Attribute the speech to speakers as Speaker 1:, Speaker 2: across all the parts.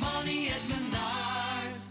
Speaker 1: money at Menards.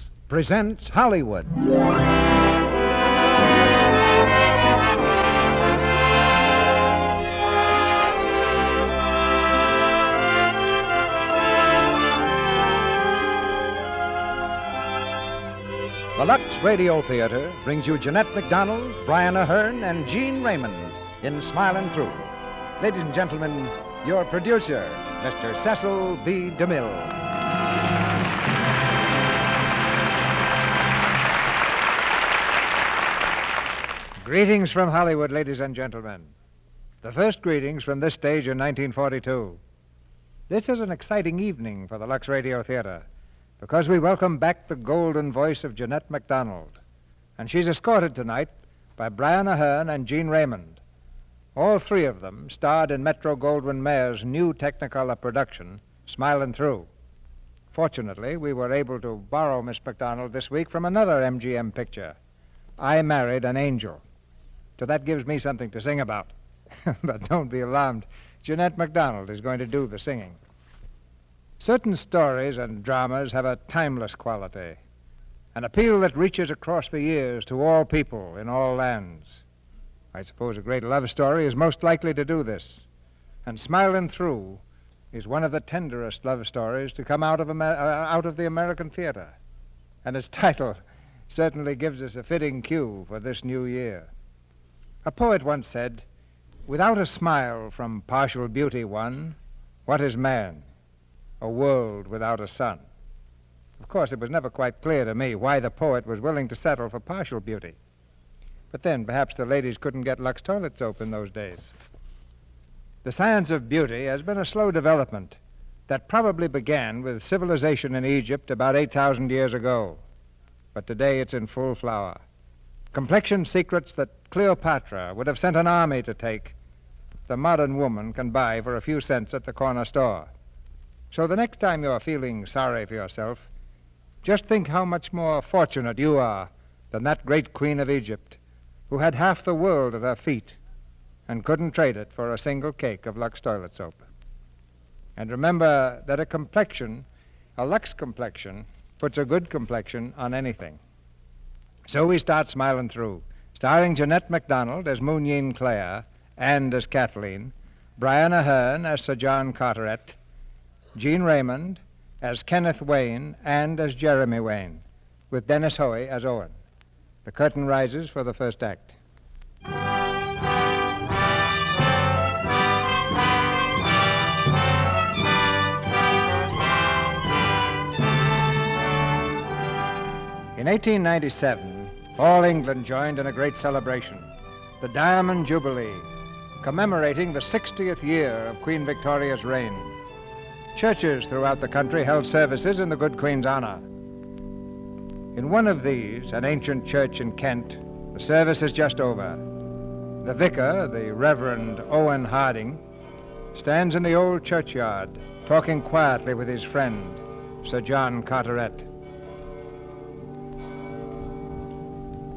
Speaker 2: presents Hollywood. The Lux Radio Theater brings you Jeanette MacDonald, Brian Ahern, and Gene Raymond in Smiling Through. Ladies and gentlemen, your producer, Mr. Cecil B. DeMille. Greetings from Hollywood, ladies and gentlemen. The first greetings from this stage in 1942. This is an exciting evening for the Lux Radio Theater because we welcome back the golden voice of Jeanette MacDonald. And she's escorted tonight by Brian Ahern and Gene Raymond. All three of them starred in Metro Goldwyn Mayer's new Technicolor production, Smilin' Through. Fortunately, we were able to borrow Miss MacDonald this week from another MGM picture, I Married an Angel. So that gives me something to sing about. but don't be alarmed. Jeanette MacDonald is going to do the singing. Certain stories and dramas have a timeless quality, an appeal that reaches across the years to all people in all lands. I suppose a great love story is most likely to do this, and Smilin' Through is one of the tenderest love stories to come out of, Amer- uh, out of the American theater, and its title certainly gives us a fitting cue for this new year. A poet once said, Without a smile from partial beauty won, what is man? A world without a sun. Of course, it was never quite clear to me why the poet was willing to settle for partial beauty. But then, perhaps the ladies couldn't get Lux toilet soap in those days. The science of beauty has been a slow development that probably began with civilization in Egypt about 8,000 years ago. But today it's in full flower complexion secrets that Cleopatra would have sent an army to take, the modern woman can buy for a few cents at the corner store. So the next time you're feeling sorry for yourself, just think how much more fortunate you are than that great queen of Egypt, who had half the world at her feet and couldn't trade it for a single cake of Lux toilet soap. And remember that a complexion, a Lux complexion, puts a good complexion on anything. So we start smiling through, starring Jeanette MacDonald as Mooneen Clare and as Kathleen, Brian Ahern as Sir John Carteret, Gene Raymond as Kenneth Wayne and as Jeremy Wayne, with Dennis Hoey as Owen. The curtain rises for the first act. In 1897, all England joined in a great celebration, the Diamond Jubilee, commemorating the 60th year of Queen Victoria's reign. Churches throughout the country held services in the good Queen's honor. In one of these, an ancient church in Kent, the service is just over. The vicar, the Reverend Owen Harding, stands in the old churchyard, talking quietly with his friend, Sir John Carteret.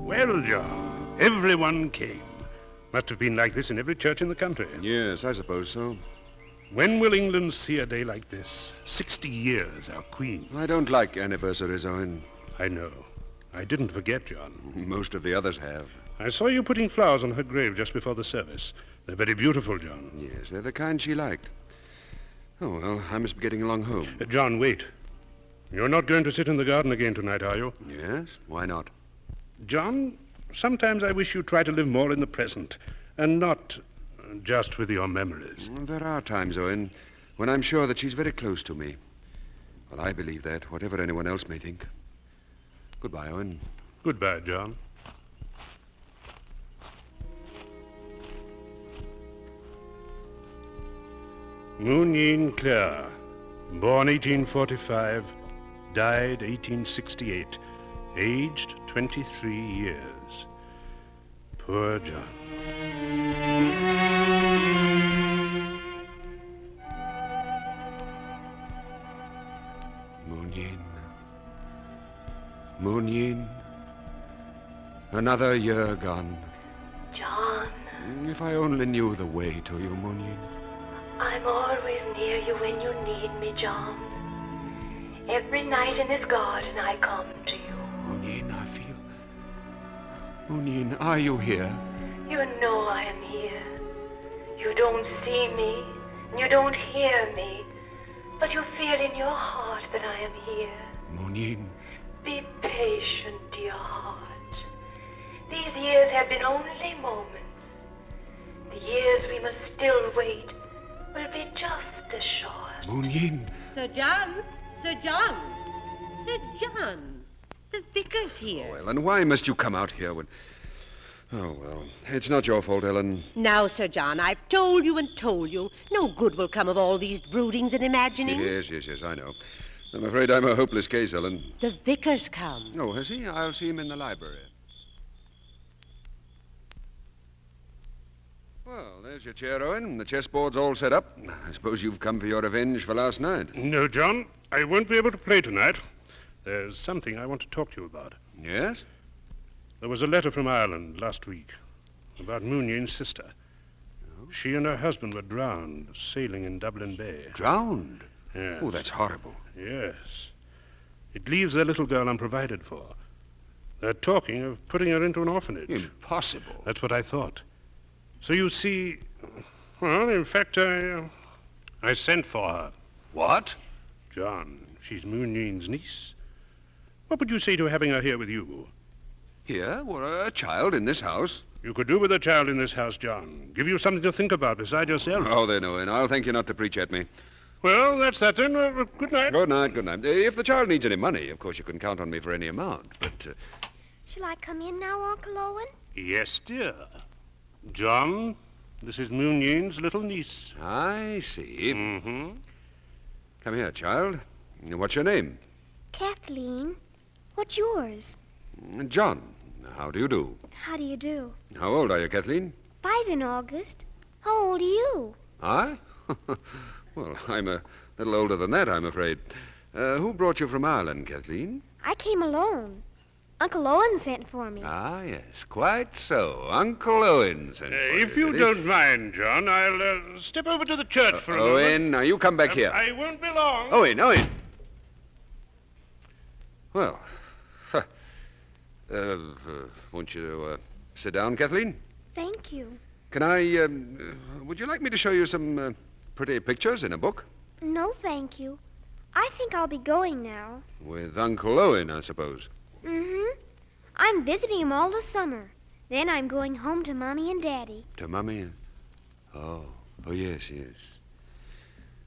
Speaker 3: Well, John, everyone came. Must have been like this in every church in the country.
Speaker 4: Yes, I suppose so.
Speaker 3: When will England see a day like this? Sixty years, our Queen.
Speaker 4: I don't like anniversaries, Owen.
Speaker 3: I know. I didn't forget, John.
Speaker 4: Most of the others have.
Speaker 3: I saw you putting flowers on her grave just before the service. They're very beautiful, John.
Speaker 4: Yes, they're the kind she liked. Oh, well, I must be getting along home.
Speaker 3: Uh, John, wait. You're not going to sit in the garden again tonight, are you?
Speaker 4: Yes, why not?
Speaker 3: John, sometimes I wish you'd try to live more in the present and not uh, just with your memories.
Speaker 4: Well, Mm, There are times, Owen, when I'm sure that she's very close to me. Well, I believe that, whatever anyone else may think. Goodbye, Owen.
Speaker 3: Goodbye, John. Mooneen Clare, born 1845, died 1868, aged 23 years. Poor John.
Speaker 4: Moonyin. Moonyin. Another year gone. Mm,
Speaker 5: John,
Speaker 4: If I only knew the way to you, Moonyin.
Speaker 5: I'm always near you when you need me, John. Every night in this garden I come to you.
Speaker 4: Moonyin, I feel. Moonyin, are you here?
Speaker 5: You know I am here. You don't see me, and you don't hear me, but you feel in your heart that I am here.
Speaker 4: Moonyin.
Speaker 5: Be patient, dear heart. These years have been only moments. The years we must still wait will be just as short.
Speaker 4: Moonyin.
Speaker 6: Sir John, Sir John, Sir John, the vicar's here.
Speaker 4: Oh, Ellen, why must you come out here when. Oh, well. It's not your fault, Ellen.
Speaker 6: Now, Sir John, I've told you and told you, no good will come of all these broodings and imaginings.
Speaker 4: Yes, yes, yes, I know. I'm afraid I'm a hopeless case, Ellen.
Speaker 6: The vicar's come.
Speaker 4: Oh, has he? I'll see him in the library. Well, there's your chair, Owen. The chessboard's all set up. I suppose you've come for your revenge for last night.
Speaker 3: No, John, I won't be able to play tonight. There's something I want to talk to you about.
Speaker 4: Yes?
Speaker 3: There was a letter from Ireland last week about Mooneen's sister. She and her husband were drowned sailing in Dublin Bay.
Speaker 4: Drowned.
Speaker 3: Yes.
Speaker 4: Oh, that's horrible.
Speaker 3: Yes. It leaves their little girl unprovided for. They're talking of putting her into an orphanage.
Speaker 4: Impossible.
Speaker 3: That's what I thought. So you see, well, in fact, I, uh, I sent for her.
Speaker 4: What?
Speaker 3: John, she's Mooneen's niece. What would you say to having her here with you?
Speaker 4: Here? Were a child in this house?
Speaker 3: You could do with a child in this house, John. Give you something to think about beside yourself.
Speaker 4: Oh, then, Owen, I'll thank you not to preach at me.
Speaker 3: Well, that's that then. Uh, uh, good night.
Speaker 4: Good night, good night. Uh, If the child needs any money, of course you can count on me for any amount. But, uh,
Speaker 7: Shall I come in now, Uncle Owen?
Speaker 3: Yes, dear. John, this is Mooneen's little niece.
Speaker 4: I see.
Speaker 3: Mm-hmm.
Speaker 4: Come here, child. What's your name?
Speaker 7: Kathleen, what's yours?
Speaker 4: John. How do you do?
Speaker 7: How do you do?
Speaker 4: How old are you, Kathleen?
Speaker 7: Five in August. How old are you?
Speaker 4: I? well, I'm a little older than that, I'm afraid. Uh, who brought you from Ireland, Kathleen?
Speaker 7: I came alone. Uncle Owen sent for me.
Speaker 4: Ah, yes, quite so. Uncle Owen sent for
Speaker 3: Uh, if you
Speaker 4: did he?
Speaker 3: don't mind, John, I'll uh, step over to the church
Speaker 4: Uh,
Speaker 3: for a moment.
Speaker 4: Owen, now you come back
Speaker 3: Um,
Speaker 4: here. Oh,
Speaker 3: I won't be long.
Speaker 4: Owen, Owen. Well, huh. uh, uh, won't you uh, sit down, Kathleen?
Speaker 7: Thank you.
Speaker 4: Can I? Um, uh, would you like me to show you some uh, pretty pictures in a book?
Speaker 7: No, thank you. I think I'll be going now.
Speaker 4: With Uncle Owen, I suppose.
Speaker 7: Mm-hmm. I'm visiting him all the summer. Then I'm going home to Mommy and Daddy.
Speaker 4: To Mummy? Oh, oh, yes, yes.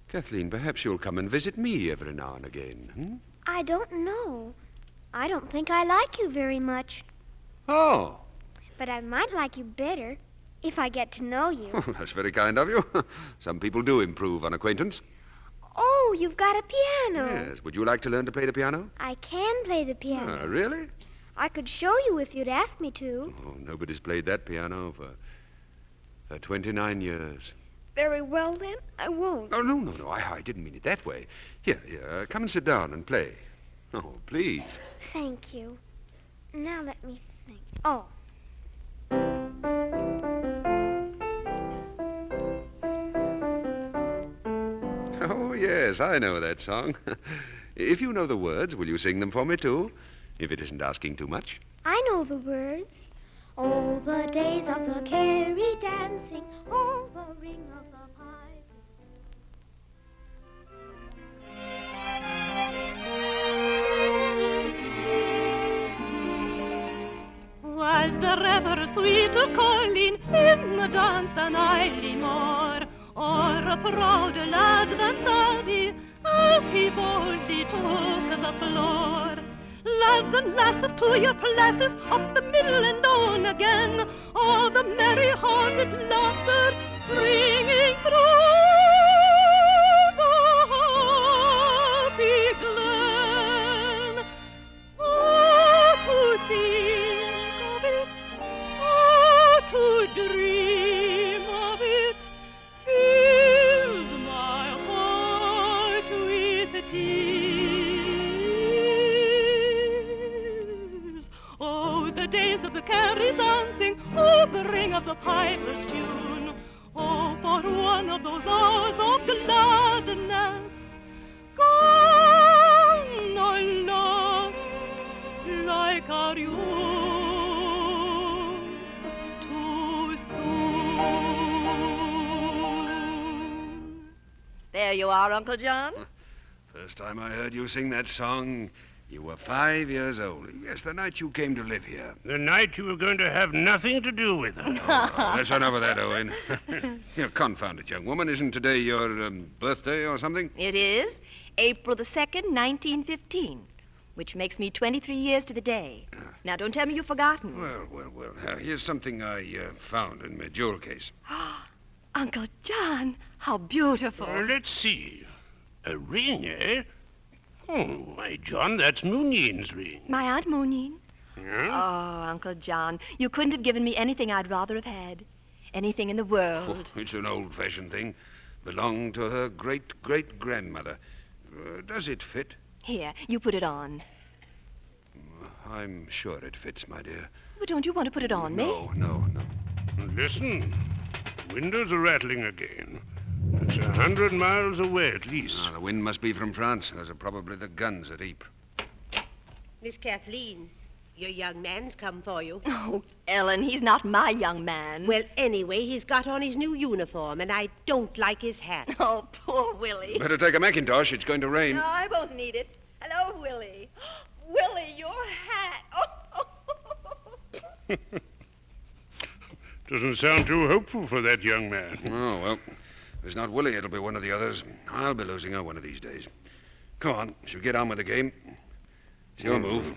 Speaker 4: Kathleen, perhaps you'll come and visit me every now and again. Hmm?
Speaker 7: I don't know. I don't think I like you very much,
Speaker 4: Oh,
Speaker 7: but I might like you better if I get to know you.
Speaker 4: that's very kind of you. Some people do improve on acquaintance.
Speaker 7: oh, you've got a piano.
Speaker 4: Yes, would you like to learn to play the piano?
Speaker 7: I can play the piano.
Speaker 4: Ah, really?
Speaker 7: I could show you if you'd ask me to.
Speaker 4: Oh, nobody's played that piano for, for 29 years.
Speaker 7: Very well, then. I won't.
Speaker 4: Oh, no, no, no. I, I didn't mean it that way. Here, here. Come and sit down and play. Oh, please.
Speaker 7: Thank you. Now let me think. Oh.
Speaker 4: Oh, yes, I know that song. if you know the words, will you sing them for me, too? If it isn't asking too much.
Speaker 7: I know the words. All the days of the carry dancing, all the ring of the pipe.
Speaker 8: Was there ever sweeter calling in the dance than Eily Moore? Or a prouder lad than Daddy as he boldly took the floor? Lads and lasses to your places, up the middle and down again, all the merry-hearted laughter ringing through the happy glen. Oh, to think of it, oh, to dream of it, fills my heart with tears. Oh, the days of the carry dancing, oh, the ring of the piper's tune, oh, for one of those hours of gladness, gone or lost like our youth too soon.
Speaker 9: There you are, Uncle John.
Speaker 4: First time I heard you sing that song, you were five years old. Yes, the night you came to live here.
Speaker 3: The night you were going to have nothing to do with her.
Speaker 4: Oh, Let's enough of that, Owen. you confound it, young woman. Isn't today your um, birthday or something?
Speaker 9: It is April the 2nd, 1915, which makes me 23 years to the day. Now, don't tell me you've forgotten.
Speaker 4: Well, well, well. Uh, here's something I uh, found in my jewel case.
Speaker 9: Uncle John, how beautiful.
Speaker 3: Uh, let's see. A ring, eh? Oh, why, John, that's Mooneen's ring.
Speaker 9: My Aunt Moonin.
Speaker 3: Yeah?
Speaker 9: Oh, Uncle John, you couldn't have given me anything I'd rather have had. Anything in the world.
Speaker 4: Oh, it's an old fashioned thing. Belonged to her great great grandmother. Uh, does it fit?
Speaker 9: Here, you put it on.
Speaker 4: I'm sure it fits, my dear.
Speaker 9: But don't you want to put it on me?
Speaker 4: Oh, no, no.
Speaker 3: Listen. Windows are rattling again. It's a hundred miles away at least.
Speaker 4: Ah, the wind must be from France. Those are probably the guns at Ypres.
Speaker 6: Miss Kathleen, your young man's come for you.
Speaker 9: Oh, Ellen, he's not my young man.
Speaker 6: Well, anyway, he's got on his new uniform, and I don't like his hat.
Speaker 9: Oh, poor Willie.
Speaker 4: Better take a Macintosh. It's going to rain.
Speaker 9: No, I won't need it. Hello, Willie. Willie, your hat. Oh.
Speaker 3: Doesn't sound too hopeful for that young man.
Speaker 4: Oh, well. If it's not Willie, it'll be one of the others. I'll be losing her one of these days. Come on. She'll get on with the game. It's
Speaker 3: Hmm.
Speaker 4: your move.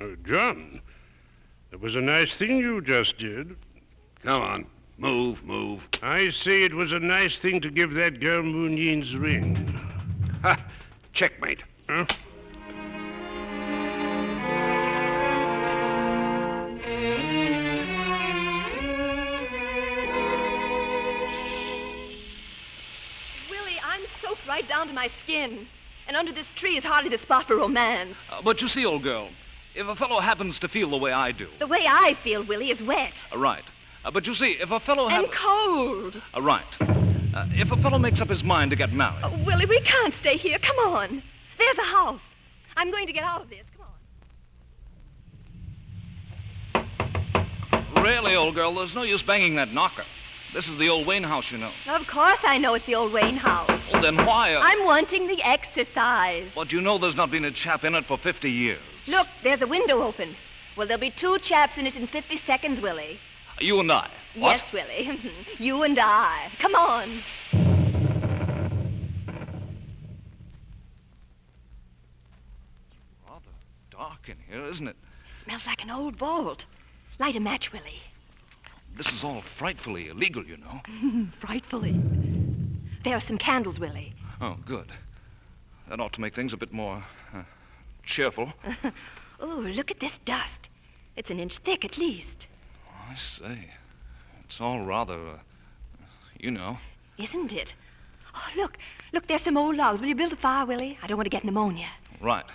Speaker 3: Uh, John, that was a nice thing you just did.
Speaker 4: Come on. Move, move.
Speaker 3: I say it was a nice thing to give that girl Mooneen's ring.
Speaker 4: Ha! Checkmate.
Speaker 3: Huh?
Speaker 9: Willie, I'm soaked right down to my skin. And under this tree is hardly the spot for romance.
Speaker 10: Uh, but you see, old girl, if a fellow happens to feel the way I do,
Speaker 9: The way I feel, Willie, is wet
Speaker 10: uh, right. Uh, but you see, if a fellow
Speaker 9: and
Speaker 10: happens.
Speaker 9: cold.
Speaker 10: uh, right. Uh, if a fellow makes up his mind to get married.
Speaker 9: Oh, Willie, we can't stay here. Come on. There's a house. I'm going to get out of this. Come on.
Speaker 10: Really, old girl, there's no use banging that knocker. This is the old Wayne house, you know.
Speaker 9: Of course I know it's the old Wayne house.
Speaker 10: Well, then why? Uh,
Speaker 9: I'm wanting the exercise.
Speaker 10: But you know there's not been a chap in it for 50 years.
Speaker 9: Look, there's a window open. Well, there'll be two chaps in it in 50 seconds, Willie.
Speaker 10: Uh, You and I. What?
Speaker 9: Yes, Willie. you and I. Come on.
Speaker 10: Rather dark in here, isn't it?
Speaker 9: Smells like an old vault. Light a match, Willie.
Speaker 10: This is all frightfully illegal, you know.
Speaker 9: Frightfully. There are some candles, Willie.
Speaker 10: Oh, good. That ought to make things a bit more uh, cheerful.
Speaker 9: Oh, look at this dust. It's an inch thick at least.
Speaker 10: I say, it's all rather, uh, you know.
Speaker 9: Isn't it? Oh, look, look, there's some old logs. Will you build a fire, Willie? I don't want to get pneumonia.
Speaker 10: Right.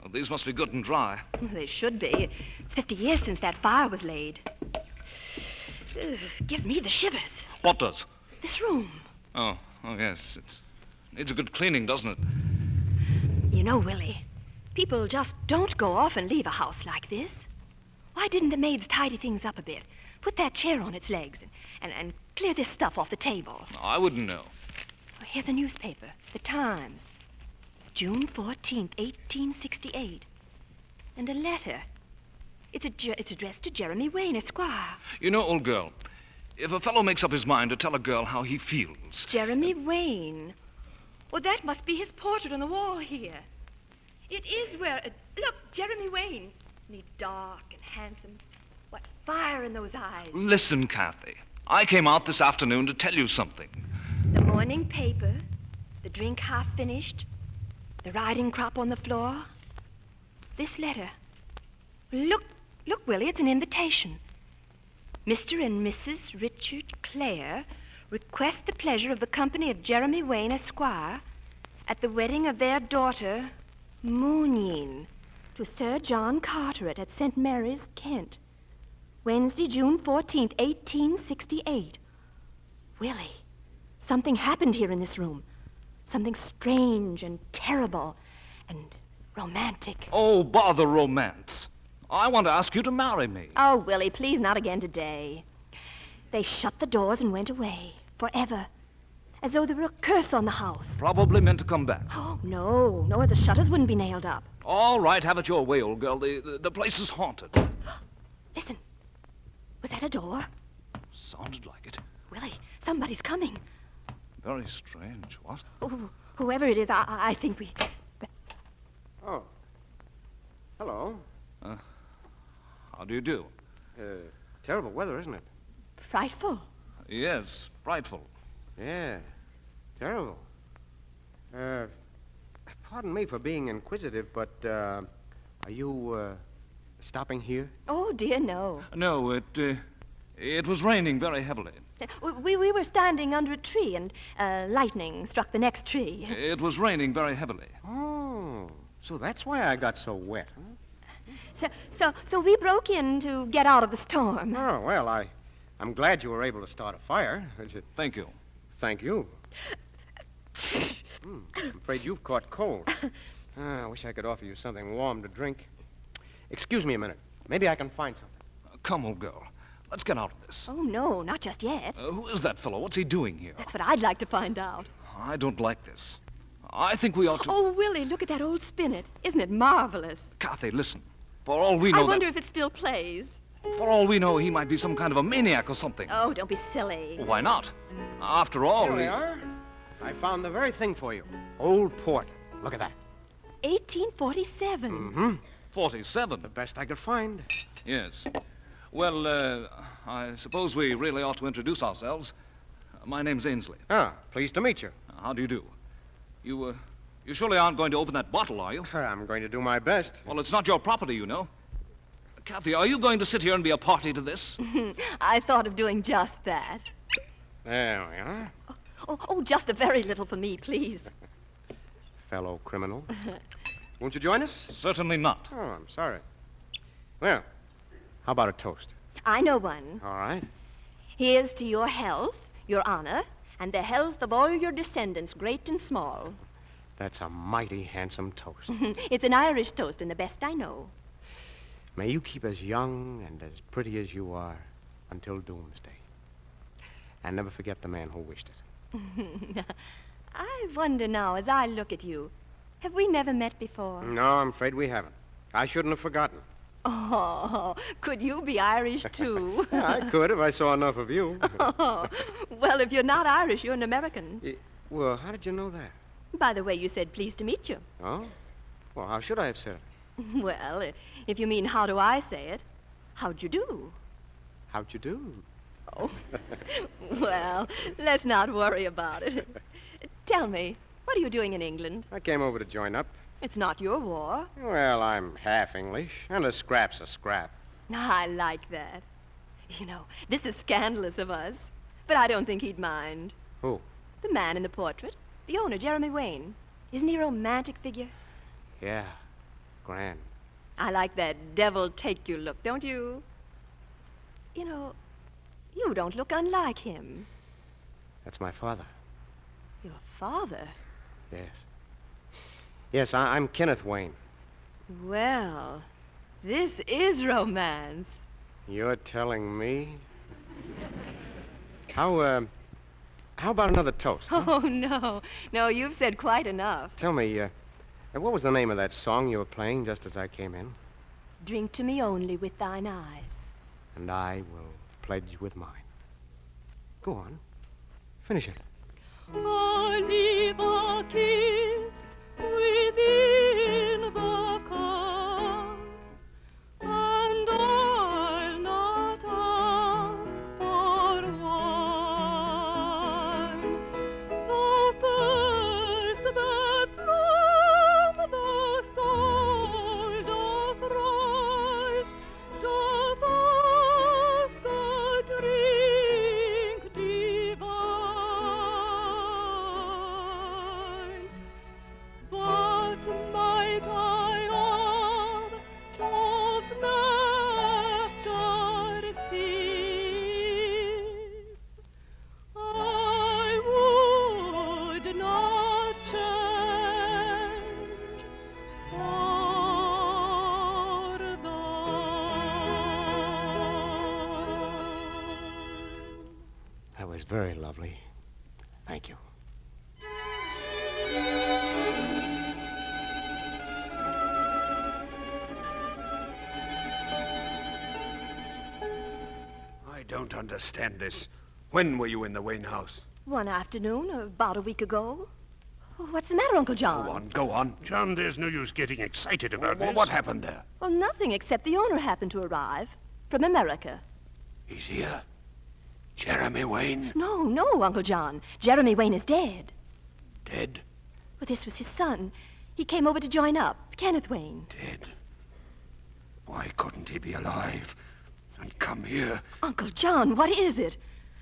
Speaker 10: Well, these must be good and dry.
Speaker 9: They should be. It's 50 years since that fire was laid. Ugh, gives me the shivers.
Speaker 10: What does?
Speaker 9: This room.
Speaker 10: Oh, oh yes. It needs a good cleaning, doesn't it?
Speaker 9: You know, Willie, people just don't go off and leave a house like this. Why didn't the maids tidy things up a bit? Put that chair on its legs and, and, and clear this stuff off the table.
Speaker 10: I wouldn't know.
Speaker 9: Oh, here's a newspaper, The Times. June 14th, 1868. And a letter. It's, a, it's addressed to Jeremy Wayne, Esquire.
Speaker 10: You know, old girl, if a fellow makes up his mind to tell a girl how he feels,
Speaker 9: Jeremy Wayne. Oh, that must be his portrait on the wall here. It is where. uh, look, Jeremy Wayne. Isn't he dark and handsome? What fire in those eyes.
Speaker 10: listen, Kathy. I came out this afternoon to tell you something.
Speaker 9: The morning paper, the drink half finished, the riding crop on the floor. This letter. Look, look, Willie, it's an invitation. Mr. and Mrs. Richard Clare request the pleasure of the company of Jeremy Wayne, Esquire, at the wedding of their daughter, Mooneen, to Sir John Carteret at St. Mary's, Kent. Wednesday, June 14th, 1868. Willie. Something happened here in this room. Something strange and terrible and romantic.
Speaker 10: Oh, bother romance. I want to ask you to marry me.
Speaker 9: Oh, Willie, please not again today. They shut the doors and went away forever, as though there were a curse on the house.
Speaker 10: Probably meant to come back.
Speaker 9: Oh, no, no, the shutters wouldn't be nailed up.
Speaker 10: All right, have it your way, old girl. The, the, the place is haunted.
Speaker 9: Was that a door?
Speaker 10: Sounded like it.
Speaker 9: Willie, somebody's coming.
Speaker 10: Very strange. What?
Speaker 9: Oh, whoever it is, I, I I think we.
Speaker 11: Oh. Hello.
Speaker 10: Uh, how do you do?
Speaker 11: Uh, terrible weather, isn't it?
Speaker 9: Frightful.
Speaker 10: Yes, frightful.
Speaker 11: Yeah. Terrible. Uh, pardon me for being inquisitive, but uh, are you uh, stopping here?
Speaker 9: Oh, dear, no.
Speaker 10: No, it uh, it was raining very heavily.
Speaker 9: We, we were standing under a tree and uh, lightning struck the next tree.
Speaker 10: It was raining very heavily.
Speaker 11: Oh, so that's why I got so wet. huh?
Speaker 9: So, so, so we broke in to get out of the storm.
Speaker 11: Oh, well, I, I'm glad you were able to start a fire.
Speaker 10: Thank you.
Speaker 11: Thank you. Hmm, I'm afraid you've caught cold. Ah, I wish I could offer you something warm to drink. Excuse me a minute. Maybe I can find something.
Speaker 10: Come, old girl. Let's get out of this.
Speaker 9: Oh, no, not just yet.
Speaker 10: Uh, who is that fellow? What's he doing here?
Speaker 9: That's what I'd like to find out.
Speaker 10: I don't like this. I think we ought to.
Speaker 9: Oh, Willie, look at that old spinet. Isn't it marvelous?
Speaker 10: Kathy, listen. For all we know,
Speaker 9: I
Speaker 10: that-
Speaker 9: wonder if it still plays.
Speaker 10: for all we know, he might be some kind of a maniac or something.
Speaker 9: Oh, don't be silly.
Speaker 10: Why not? After all,
Speaker 11: Here we
Speaker 10: he-
Speaker 11: are. I found the very thing for you. Old port. Look at that.
Speaker 9: 1847.
Speaker 11: Mm-hmm.
Speaker 10: Forty-seven. The
Speaker 11: best I could find.
Speaker 10: Yes. Well, uh, I suppose we really ought to introduce ourselves. Uh, My name's Ainsley.
Speaker 11: Ah, pleased to meet you.
Speaker 10: How do you do? You, uh, you surely aren't going to open that bottle, are you?
Speaker 11: I'm going to do my best.
Speaker 10: Well, it's not your property, you know. Kathy, are you going to sit here and be a party to this?
Speaker 9: I thought of doing just that.
Speaker 11: There we are,
Speaker 9: Oh, oh, just a very little for me, please.
Speaker 11: fellow criminal. Won't you join us?
Speaker 10: Certainly not.
Speaker 11: Oh, I'm sorry. Well, how about a toast?
Speaker 9: I know one.
Speaker 11: All right.
Speaker 9: Here's to your health, your honor, and the health of all your descendants, great and small.
Speaker 11: That's a mighty handsome toast.
Speaker 9: it's an Irish toast, and the best I know.
Speaker 11: May you keep as young and as pretty as you are until doomsday. And never forget the man who wished it.
Speaker 9: I wonder now, as I look at you, have we never met before?
Speaker 11: No, I'm afraid we haven't. I shouldn't have forgotten.
Speaker 9: Oh, could you be Irish too?
Speaker 11: I could if I saw enough of you.
Speaker 9: oh, well, if you're not Irish, you're an American.
Speaker 11: well, how did you know that?
Speaker 9: By the way, you said pleased to meet you.
Speaker 11: Oh? Well, how should I have said it?
Speaker 9: Well, i- if you mean how do I say it, how'd you do?
Speaker 11: How'd you do?
Speaker 9: Oh. Well, let's not worry about it. Tell me, what are you doing in England?
Speaker 11: I came over to join up.
Speaker 9: It's not your war.
Speaker 11: Well, I'm half English, and a scrap's a scrap.
Speaker 9: I like that. You know, this is scandalous of us, but I don't think he'd mind.
Speaker 11: Who?
Speaker 9: The man in the portrait. The owner, Jeremy Wayne. Isn't he a romantic figure?
Speaker 11: Yeah. Grand.
Speaker 9: I like that devil take you look, don't you? You know, you don't look unlike him.
Speaker 11: That's my father.
Speaker 9: Your father?
Speaker 11: Yes. Yes, I- I'm Kenneth Wayne.
Speaker 9: Well, this is romance.
Speaker 11: You're telling me? How, uh, how about another toast? huh?
Speaker 9: Oh, no. No, you've said quite enough.
Speaker 11: Tell me, uh, what was the name of that song you were playing just as I came in?
Speaker 9: Drink to me only with thine eyes.
Speaker 11: And I will pledge with mine. Go on. Finish it.
Speaker 8: Olive a kiss within the cup, and I'll not ask for one. Thou first that from the soul doth rise, doth ask a drink divine. But might I of Jove's nectar sip, I would not change for thine.
Speaker 11: That was very lovely. Thank you.
Speaker 4: I don't understand this. When were you in the Wayne house?
Speaker 9: One afternoon, about a week ago. Oh, What's the matter, Uncle John?
Speaker 4: Go on.
Speaker 3: John, there's no use getting excited about
Speaker 4: Well,
Speaker 3: this.
Speaker 4: what happened there?
Speaker 9: Well, nothing except the owner happened to arrive from America.
Speaker 4: He's here. Jeremy Wayne.
Speaker 9: No, no, Uncle John. Jeremy Wayne is dead.
Speaker 4: Dead?
Speaker 9: Well, this was his son. He came over to join up, Kenneth Wayne.
Speaker 4: Dead. Why couldn't he be alive and come here?
Speaker 9: Uncle John, what is it?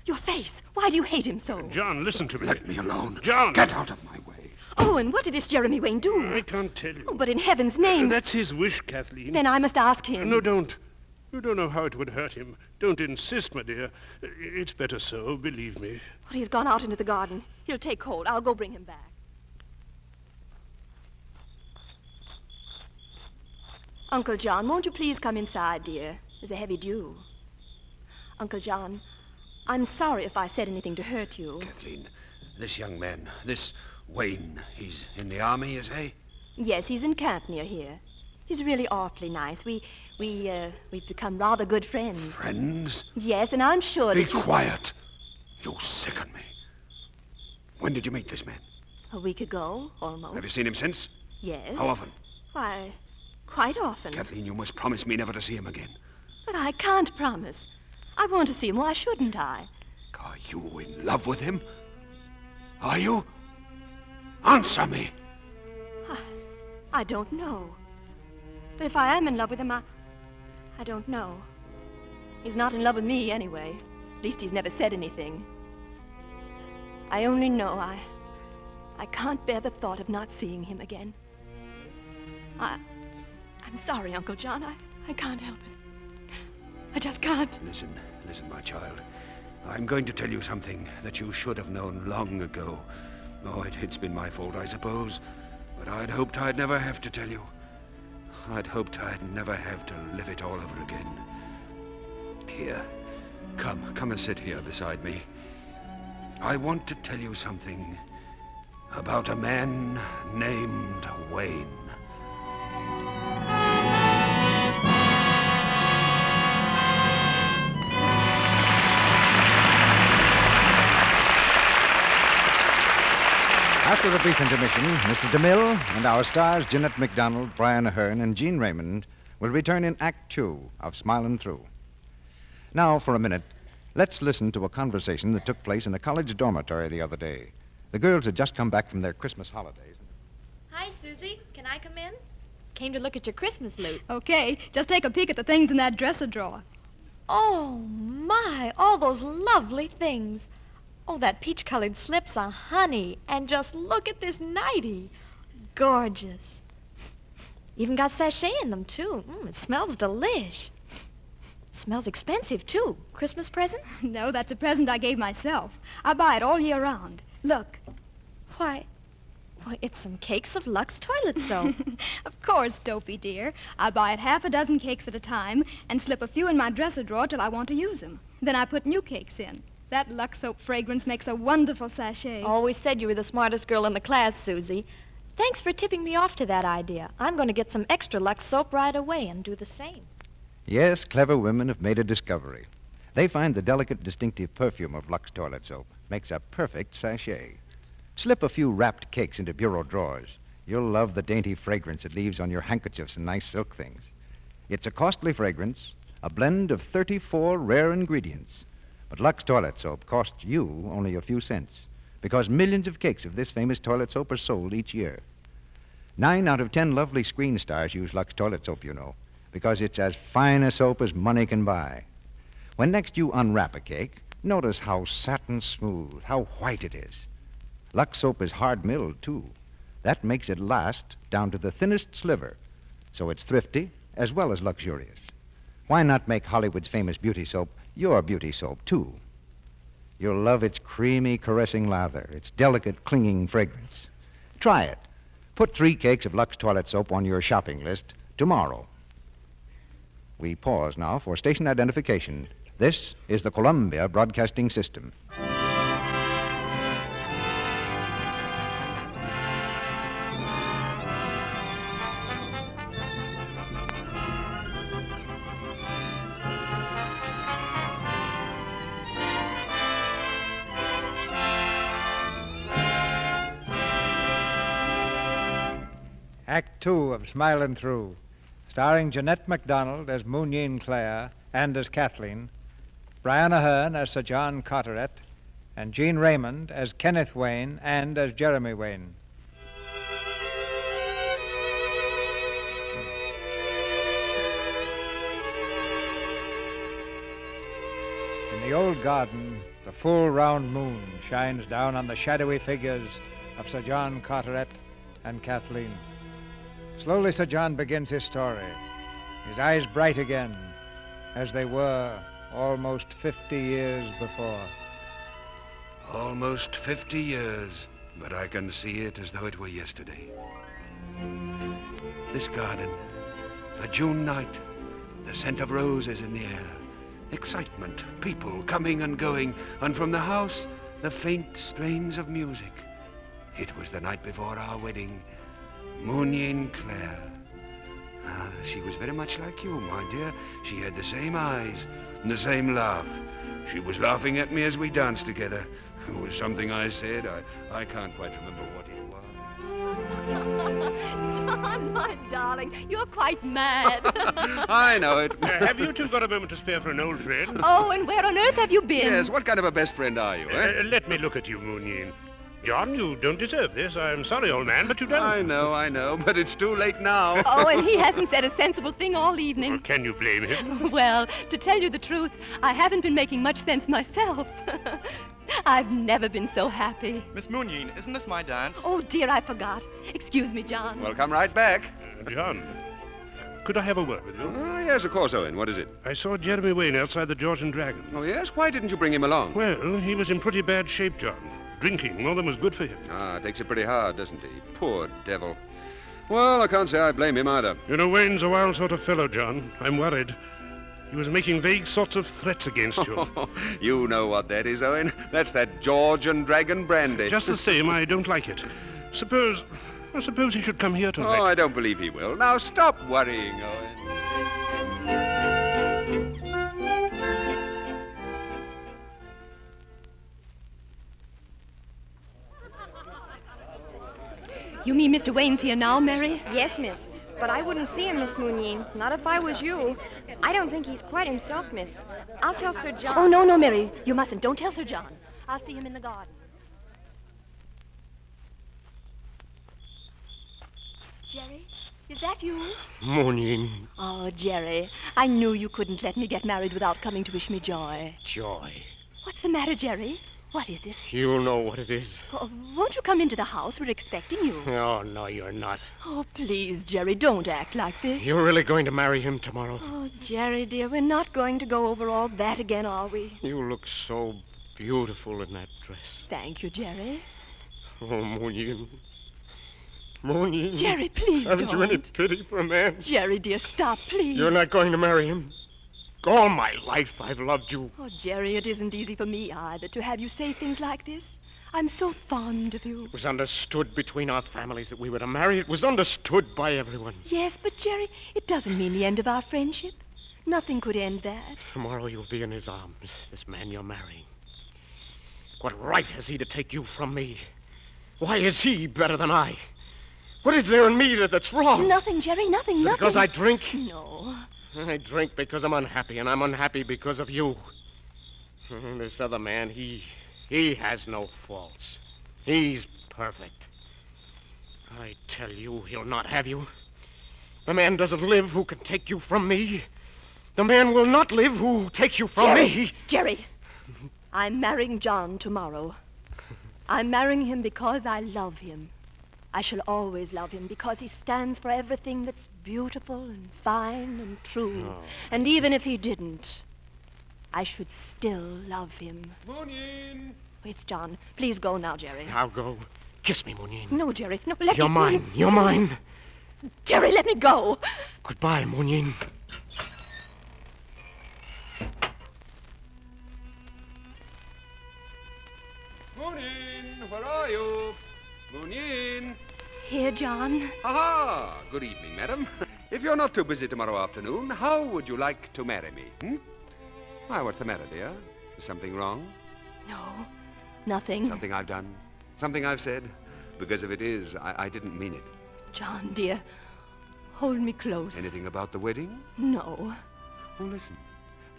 Speaker 9: Your face. Why do you hate him so?
Speaker 3: John, listen to me.
Speaker 4: Let me alone.
Speaker 3: John!
Speaker 4: Get out of my
Speaker 9: Oh, and what did this Jeremy Wayne do? I
Speaker 3: can't tell you.
Speaker 9: Oh, but in heaven's name.
Speaker 3: That's his wish, Kathleen.
Speaker 9: Then I must ask him.
Speaker 3: No, don't. You don't know how it would hurt him. Don't insist, my dear. I- It's better so, believe me.
Speaker 9: Well, he's gone out into the garden. He'll take cold. I'll go bring him back. Uncle John, won't you please come inside, dear? There's a heavy dew. Uncle John, I'm sorry if I said anything to hurt you.
Speaker 4: Kathleen. This young man, this Wayne, he's in the army, is he?
Speaker 9: Yes, he's in camp near here. He's really awfully nice. We, we, uh, we've become rather good friends.
Speaker 4: Friends?
Speaker 9: Yes, and I'm sure
Speaker 4: Be
Speaker 9: that you...
Speaker 4: quiet. You sicken me. When did you meet this man?
Speaker 9: A week ago, almost.
Speaker 4: Have you seen him since?
Speaker 9: Yes.
Speaker 4: How often?
Speaker 9: Why, quite often.
Speaker 4: Kathleen, you must promise me never to see him again.
Speaker 9: But I can't promise. I want to see him. Why shouldn't I?
Speaker 4: Are you in love with him? Are you? Answer me.
Speaker 9: I don't know. But if I am in love with him, I. I don't know. He's not in love with me anyway. At least he's never said anything. I only know I. I can't bear the thought of not seeing him again. I. I'm sorry, Uncle John. I, I can't help it. I just can't.
Speaker 4: Listen, listen, my child. I'm going to tell you something that you should have known long ago. Oh, it, it's been my fault, I suppose. But I'd hoped I'd never have to tell you. I'd hoped I'd never have to live it all over again. Here. Come, come and sit here beside me. I want to tell you something about a man named Wayne.
Speaker 2: After the brief intermission, Mr. DeMille and our stars Jeanette MacDonald, Brian Ahern, and Gene Raymond will return in Act Two of Smilin' Through. Now, for a minute, let's listen to a conversation that took place in a college dormitory the other day. The girls had just come back from their Christmas holidays.
Speaker 12: Hi, Susie. Can I come in? Came to look at your Christmas loot. Okay, just take a peek at the things in that dresser drawer. Oh, my, all those lovely things. Oh, that peach colored slip's a honey. And just look at this nightie. Gorgeous. Even got sachet in them, too. Mm, it smells delish. Smells expensive, too. Christmas present?
Speaker 13: No, that's a present I gave myself. I buy it all year round. Look.
Speaker 12: Why, why, it's some cakes of Lux toilet soap.
Speaker 13: of course, Dopey dear. I buy it half a dozen cakes at a time and slip a few in my dresser drawer till I want to use them. Then I put new cakes in. That Lux soap fragrance makes a wonderful sachet.
Speaker 12: Always said you were the smartest girl in the class, Susie. Thanks for tipping me off to that idea. I'm going to get some extra Lux soap right away and do the same.
Speaker 14: Yes, clever women have made a discovery. They find the delicate, distinctive perfume of Lux toilet soap makes a perfect sachet. Slip a few wrapped cakes into bureau drawers. You'll love the dainty fragrance it leaves on your handkerchiefs and nice silk things. It's a costly fragrance, a blend of 34 rare ingredients. But Lux toilet soap costs you only a few cents because millions of cakes of this famous toilet soap are sold each year. Nine out of ten lovely screen stars use Lux toilet soap, you know, because it's as fine a soap as money can buy. When next you unwrap a cake, notice how satin smooth, how white it is. Lux soap is hard milled, too. That makes it last down to the thinnest sliver, so it's thrifty as well as luxurious. Why not make Hollywood's famous beauty soap your beauty soap, too? You'll love its creamy, caressing lather, its delicate, clinging fragrance. Try it. Put three cakes of Lux toilet soap on your shopping list tomorrow. We pause now for station identification. This is the Columbia Broadcasting System.
Speaker 2: Act Two of Smilin' Through, starring Jeanette MacDonald as Mooneen Clare and as Kathleen, Brian Ahern as Sir John Carteret, and Gene Raymond as Kenneth Wayne and as Jeremy Wayne. In the old garden, the full round moon shines down on the shadowy figures of Sir John Carteret and Kathleen. Slowly, Sir John begins his story, his eyes bright again, as they were almost 50 years before.
Speaker 4: Almost 50 years, but I can see it as though it were yesterday. This garden, a June night, the scent of roses in the air, excitement, people coming and going, and from the house, the faint strains of music. It was the night before our wedding. Mooneen Clare. Ah, she was very much like you, my dear. She had the same eyes and the same laugh. She was laughing at me as we danced together. It was something I said. I, I can't quite remember what it was.
Speaker 9: John, my darling, you're quite mad.
Speaker 4: I know it.
Speaker 3: have you two got a moment to spare for an old friend?
Speaker 9: oh, and where on earth have you been?
Speaker 4: Yes, what kind of a best friend are you, eh?
Speaker 3: Uh, let me look at you, Mooneen. John, you don't deserve this. I'm sorry, old man, but you don't.
Speaker 4: I know, I know, but it's too late now.
Speaker 9: Oh, and he hasn't said a sensible thing all evening.
Speaker 3: Can you blame him?
Speaker 9: Well, to tell you the truth, I haven't been making much sense myself. I've never been so happy.
Speaker 11: Miss Mooneen, isn't this my dance?
Speaker 9: Oh, dear, I forgot. Excuse me, John.
Speaker 4: Well, come right back.
Speaker 3: Uh, John, could I have a word with you?
Speaker 4: Oh, yes, of course, Owen. What is it?
Speaker 3: I saw Jeremy Wayne outside the Georgian Dragon.
Speaker 4: Oh, yes? Why didn't you bring him along?
Speaker 3: Well, he was in pretty bad shape, John. Drinking more than was good for him.
Speaker 4: Ah, takes it pretty hard, doesn't he? Poor devil. Well, I can't say I blame him either.
Speaker 3: You know, Wayne's a wild sort of fellow, John. I'm worried. He was making vague sorts of threats against you.
Speaker 4: you know what that is, Owen. That's that Georgian dragon brandy.
Speaker 3: Just the same, I don't like it. Suppose. well, suppose he should come here
Speaker 4: Oh,
Speaker 3: tonight.
Speaker 4: I don't believe he will. Now stop worrying, Owen.
Speaker 9: You mean Mr. Wayne's here now, Mary?
Speaker 15: Yes, miss. But I wouldn't see him, Miss Mooneen. Not if I was you. I don't think he's quite himself, miss. I'll tell Sir John.
Speaker 9: Oh, no, no, Mary. You mustn't. Don't tell Sir John. I'll see him in the garden.
Speaker 12: Jerry, is that you?
Speaker 16: Morning,
Speaker 9: Oh, Jerry, I knew you couldn't let me get married without coming to wish me joy.
Speaker 16: joy.
Speaker 9: What's the matter, Jerry? What is it?
Speaker 11: You know what it is.
Speaker 9: Oh, won't you come into the house? We're expecting you.
Speaker 11: Oh, no, you're not.
Speaker 9: Oh, please, Jerry, don't act like this.
Speaker 11: You're really going to marry him tomorrow.
Speaker 9: Oh, Jerry, dear, we're not going to go over all that again, are we?
Speaker 11: You look so beautiful in that dress.
Speaker 9: Thank you, Jerry.
Speaker 11: Oh, Mooney. Mooney.
Speaker 9: Jerry, please
Speaker 11: Haven't you any
Speaker 9: don't.
Speaker 11: pity for a man?
Speaker 9: Jerry, dear, stop, please.
Speaker 11: You're not going to marry him. All my life I've loved you.
Speaker 9: Oh, Jerry, it isn't easy for me either to have you say things like this. I'm so fond of you.
Speaker 11: It was understood between our families that we were to marry. It was understood by everyone.
Speaker 9: Yes, but Jerry, it doesn't mean the end of our friendship. Nothing could end that.
Speaker 11: Tomorrow you'll be in his arms, this man you're marrying. What right has he to take you from me? Why is he better than I? What is there in me that, that's wrong?
Speaker 9: Nothing, Jerry, nothing,
Speaker 11: Is it
Speaker 9: nothing.
Speaker 11: because I drink?
Speaker 9: No.
Speaker 11: I drink because I'm unhappy, and I'm unhappy because of you. And This other man, he he has no faults. He's perfect. I tell you, he'll not have you. The man doesn't live who can take you from me. The man will not live who takes you from
Speaker 9: Jerry,
Speaker 11: me.
Speaker 9: Jerry, I'm marrying John tomorrow. I'm marrying him because I love him. I shall always love him because he stands for everything that's beautiful and fine and true.
Speaker 11: Oh.
Speaker 9: And even if he didn't, I should still love him.
Speaker 11: Moonin!
Speaker 9: It's John. Please go now, Jerry.
Speaker 11: I'll go. Kiss me, Mounier.
Speaker 9: No, Jerry. No, let
Speaker 11: You're
Speaker 9: me.
Speaker 11: mine. You're mine.
Speaker 9: Jerry, let me go.
Speaker 11: Goodbye, Mounier.
Speaker 17: Moonin, where are you? Moonin.
Speaker 9: Here, John.
Speaker 4: Aha! Good evening, madam. If you're not too busy tomorrow afternoon, how would you like to marry me? Hmm? Why, what's the matter, dear? Is something wrong?
Speaker 9: No, nothing.
Speaker 4: Something I've done? Something I've said? Because if it is, I, I didn't mean it.
Speaker 9: John, dear, hold me close.
Speaker 4: Anything about the wedding?
Speaker 9: No.
Speaker 4: Oh, listen.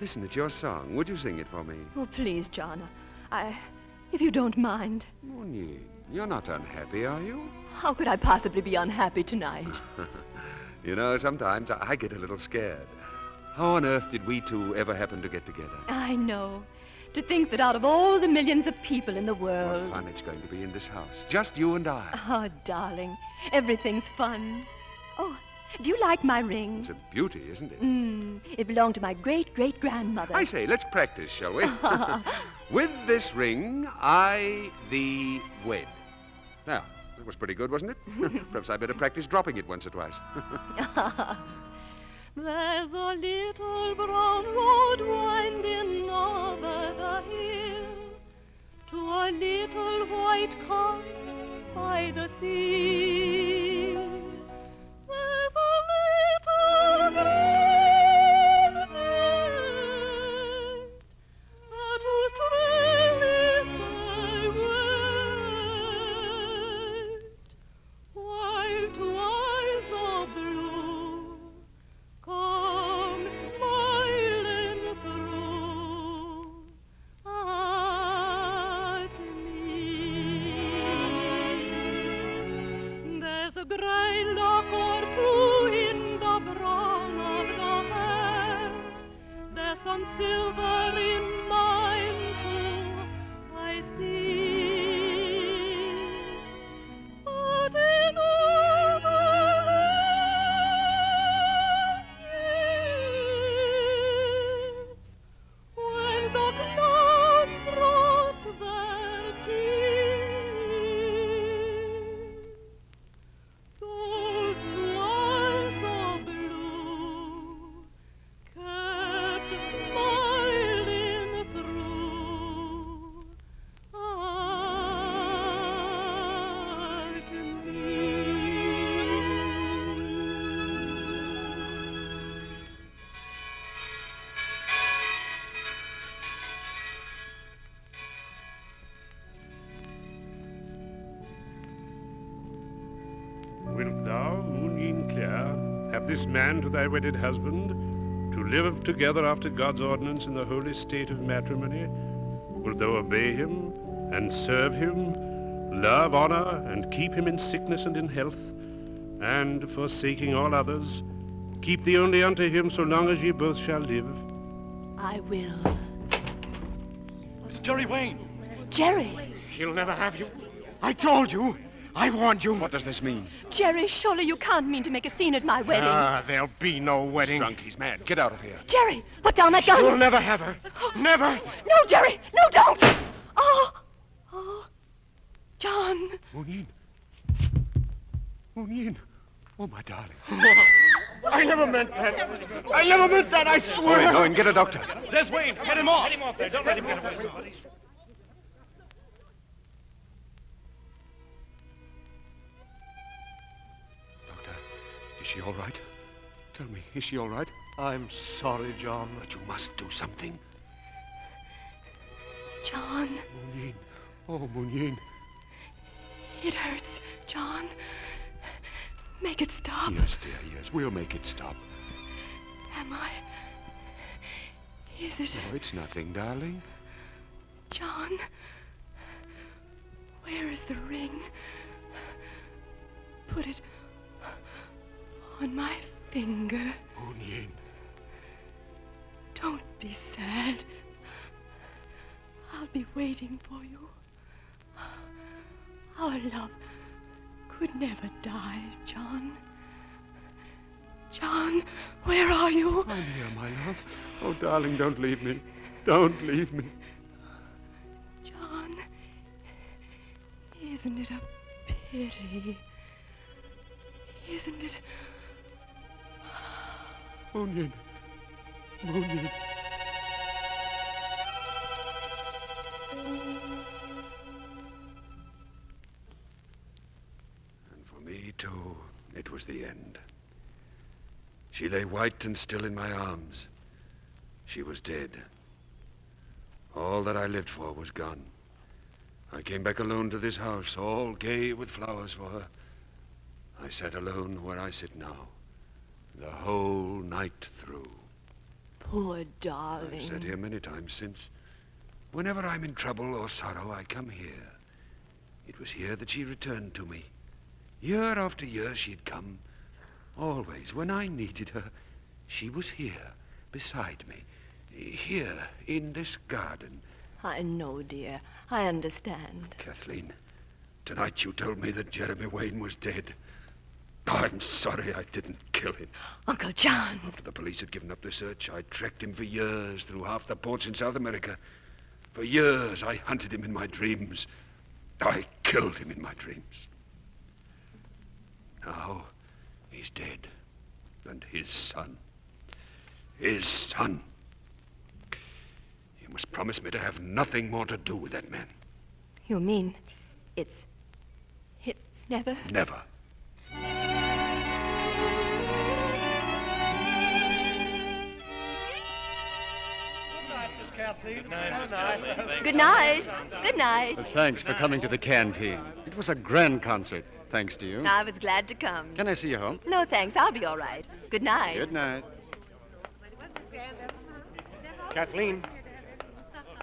Speaker 4: Listen, it's your song. Would you sing it for me?
Speaker 9: Oh, please, John. I, if you don't mind,
Speaker 4: Monique, Oh, you're not unhappy, are you?
Speaker 9: how could I possibly be unhappy tonight?
Speaker 4: You know, sometimes I I get a little scared. How on earth did we two ever happen to get together?
Speaker 9: I know. To think that out of all the millions of people in the world,
Speaker 4: Fun it's going to be in this house. Just you and I.
Speaker 9: oh, darling, everything's fun. Oh, do you like my ring?
Speaker 4: It's a beauty, isn't it?
Speaker 9: Mm, it belonged to my great great grandmother.
Speaker 4: I say, let's practice, shall we? With this ring, I thee wed. Now, that was pretty good, wasn't it? Perhaps I better practice dropping it once or twice.
Speaker 8: There's a little brown road winding over the hill to a little white cot by the sea. There's a little brown bird at whose trail is I wed, while to eyes of blue Come smiling through at me. There's a grey lock or two in the brown of the hair. There's some silver in mine too, I see. But in all When the clouds brought their tears, those two eyes of blue kept smiling through at me.
Speaker 3: Wilt thou, Mooneen Clare, have this man to thy wedded husband, to live together after God's ordinance in the holy state of matrimony? Wilt thou obey him, and serve him, love, honor, and keep him in sickness and in health, and, forsaking all others, keep thee only unto him so long as ye both shall live?
Speaker 9: I will.
Speaker 18: It's Jerry Wayne.
Speaker 9: Jerry,
Speaker 11: She'll never have you. I told you. I warned you. What
Speaker 4: does this mean?
Speaker 9: Jerry, surely you can't mean to make a scene at my wedding.
Speaker 11: Ah, there'll be no wedding.
Speaker 4: He's drunk. He's mad. Get out of here.
Speaker 9: Jerry, put down that gun. Oh.
Speaker 11: You'll never have her. Never.
Speaker 9: No, Jerry, no, don't. Oh, oh, John.
Speaker 4: Mooneen. Mooneen. Oh, my darling.
Speaker 11: I never meant that. I never meant that, I swear.
Speaker 4: Owen, Owen, get a doctor.
Speaker 18: There's Wayne. Get him off. Get him off there. Don't let him get away.
Speaker 4: Is she all right? Tell me, is she all right?
Speaker 11: I'm sorry, John.
Speaker 4: But you must do something.
Speaker 9: John,
Speaker 4: Mooneen. Oh, Mooneen.
Speaker 9: it hurts. John, make it stop.
Speaker 4: Yes, dear, yes. We'll make it stop.
Speaker 9: Am I? Is it
Speaker 4: No, it's nothing, darling.
Speaker 9: John? Where is the ring? Put it on my finger.
Speaker 4: Mooneen.
Speaker 9: Don't be sad. I'll be waiting for you. Our love could never die, John. John, where are you?
Speaker 4: I'm here, my love. Oh, darling, don't leave me. Don't leave me.
Speaker 9: John, isn't it a pity? Isn't it?
Speaker 4: Mooneen. Mooneen. And for me, too, it was the end. She lay white and still in my arms. She was dead. All that I lived for was gone. I came back alone to this house, all gay with flowers for her. I sat alone where I sit now, the whole night through.
Speaker 9: Poor
Speaker 4: I've
Speaker 9: darling.
Speaker 4: said here many times since. Whenever I'm in trouble or sorrow, I come here. It was here that she returned to me. Year after year she'd come. Always, when I needed her, she was here, beside me. Here, in this garden.
Speaker 9: I know, dear. I understand.
Speaker 4: Kathleen, tonight you told me that Jeremy Wayne was dead. I'm sorry I didn't kill him.
Speaker 9: Uncle John.
Speaker 4: After the police had given up the search, I tracked him for years through half the ports in South America. For years, I hunted him in my dreams. I killed him in my dreams. Now, he's dead. And his son. His son. You must promise me to have nothing more to do with that man.
Speaker 9: You mean it's. It's never.
Speaker 4: Never.
Speaker 17: Good night, Miss Kathleen. Good night.
Speaker 9: Good night. Good night.
Speaker 19: Thanks for coming to the canteen. It was a grand concert, thanks to you.
Speaker 9: I was glad to come.
Speaker 19: Can I see you home?
Speaker 9: No, thanks. I'll be all right. Good night.
Speaker 19: Good night.
Speaker 11: Kathleen.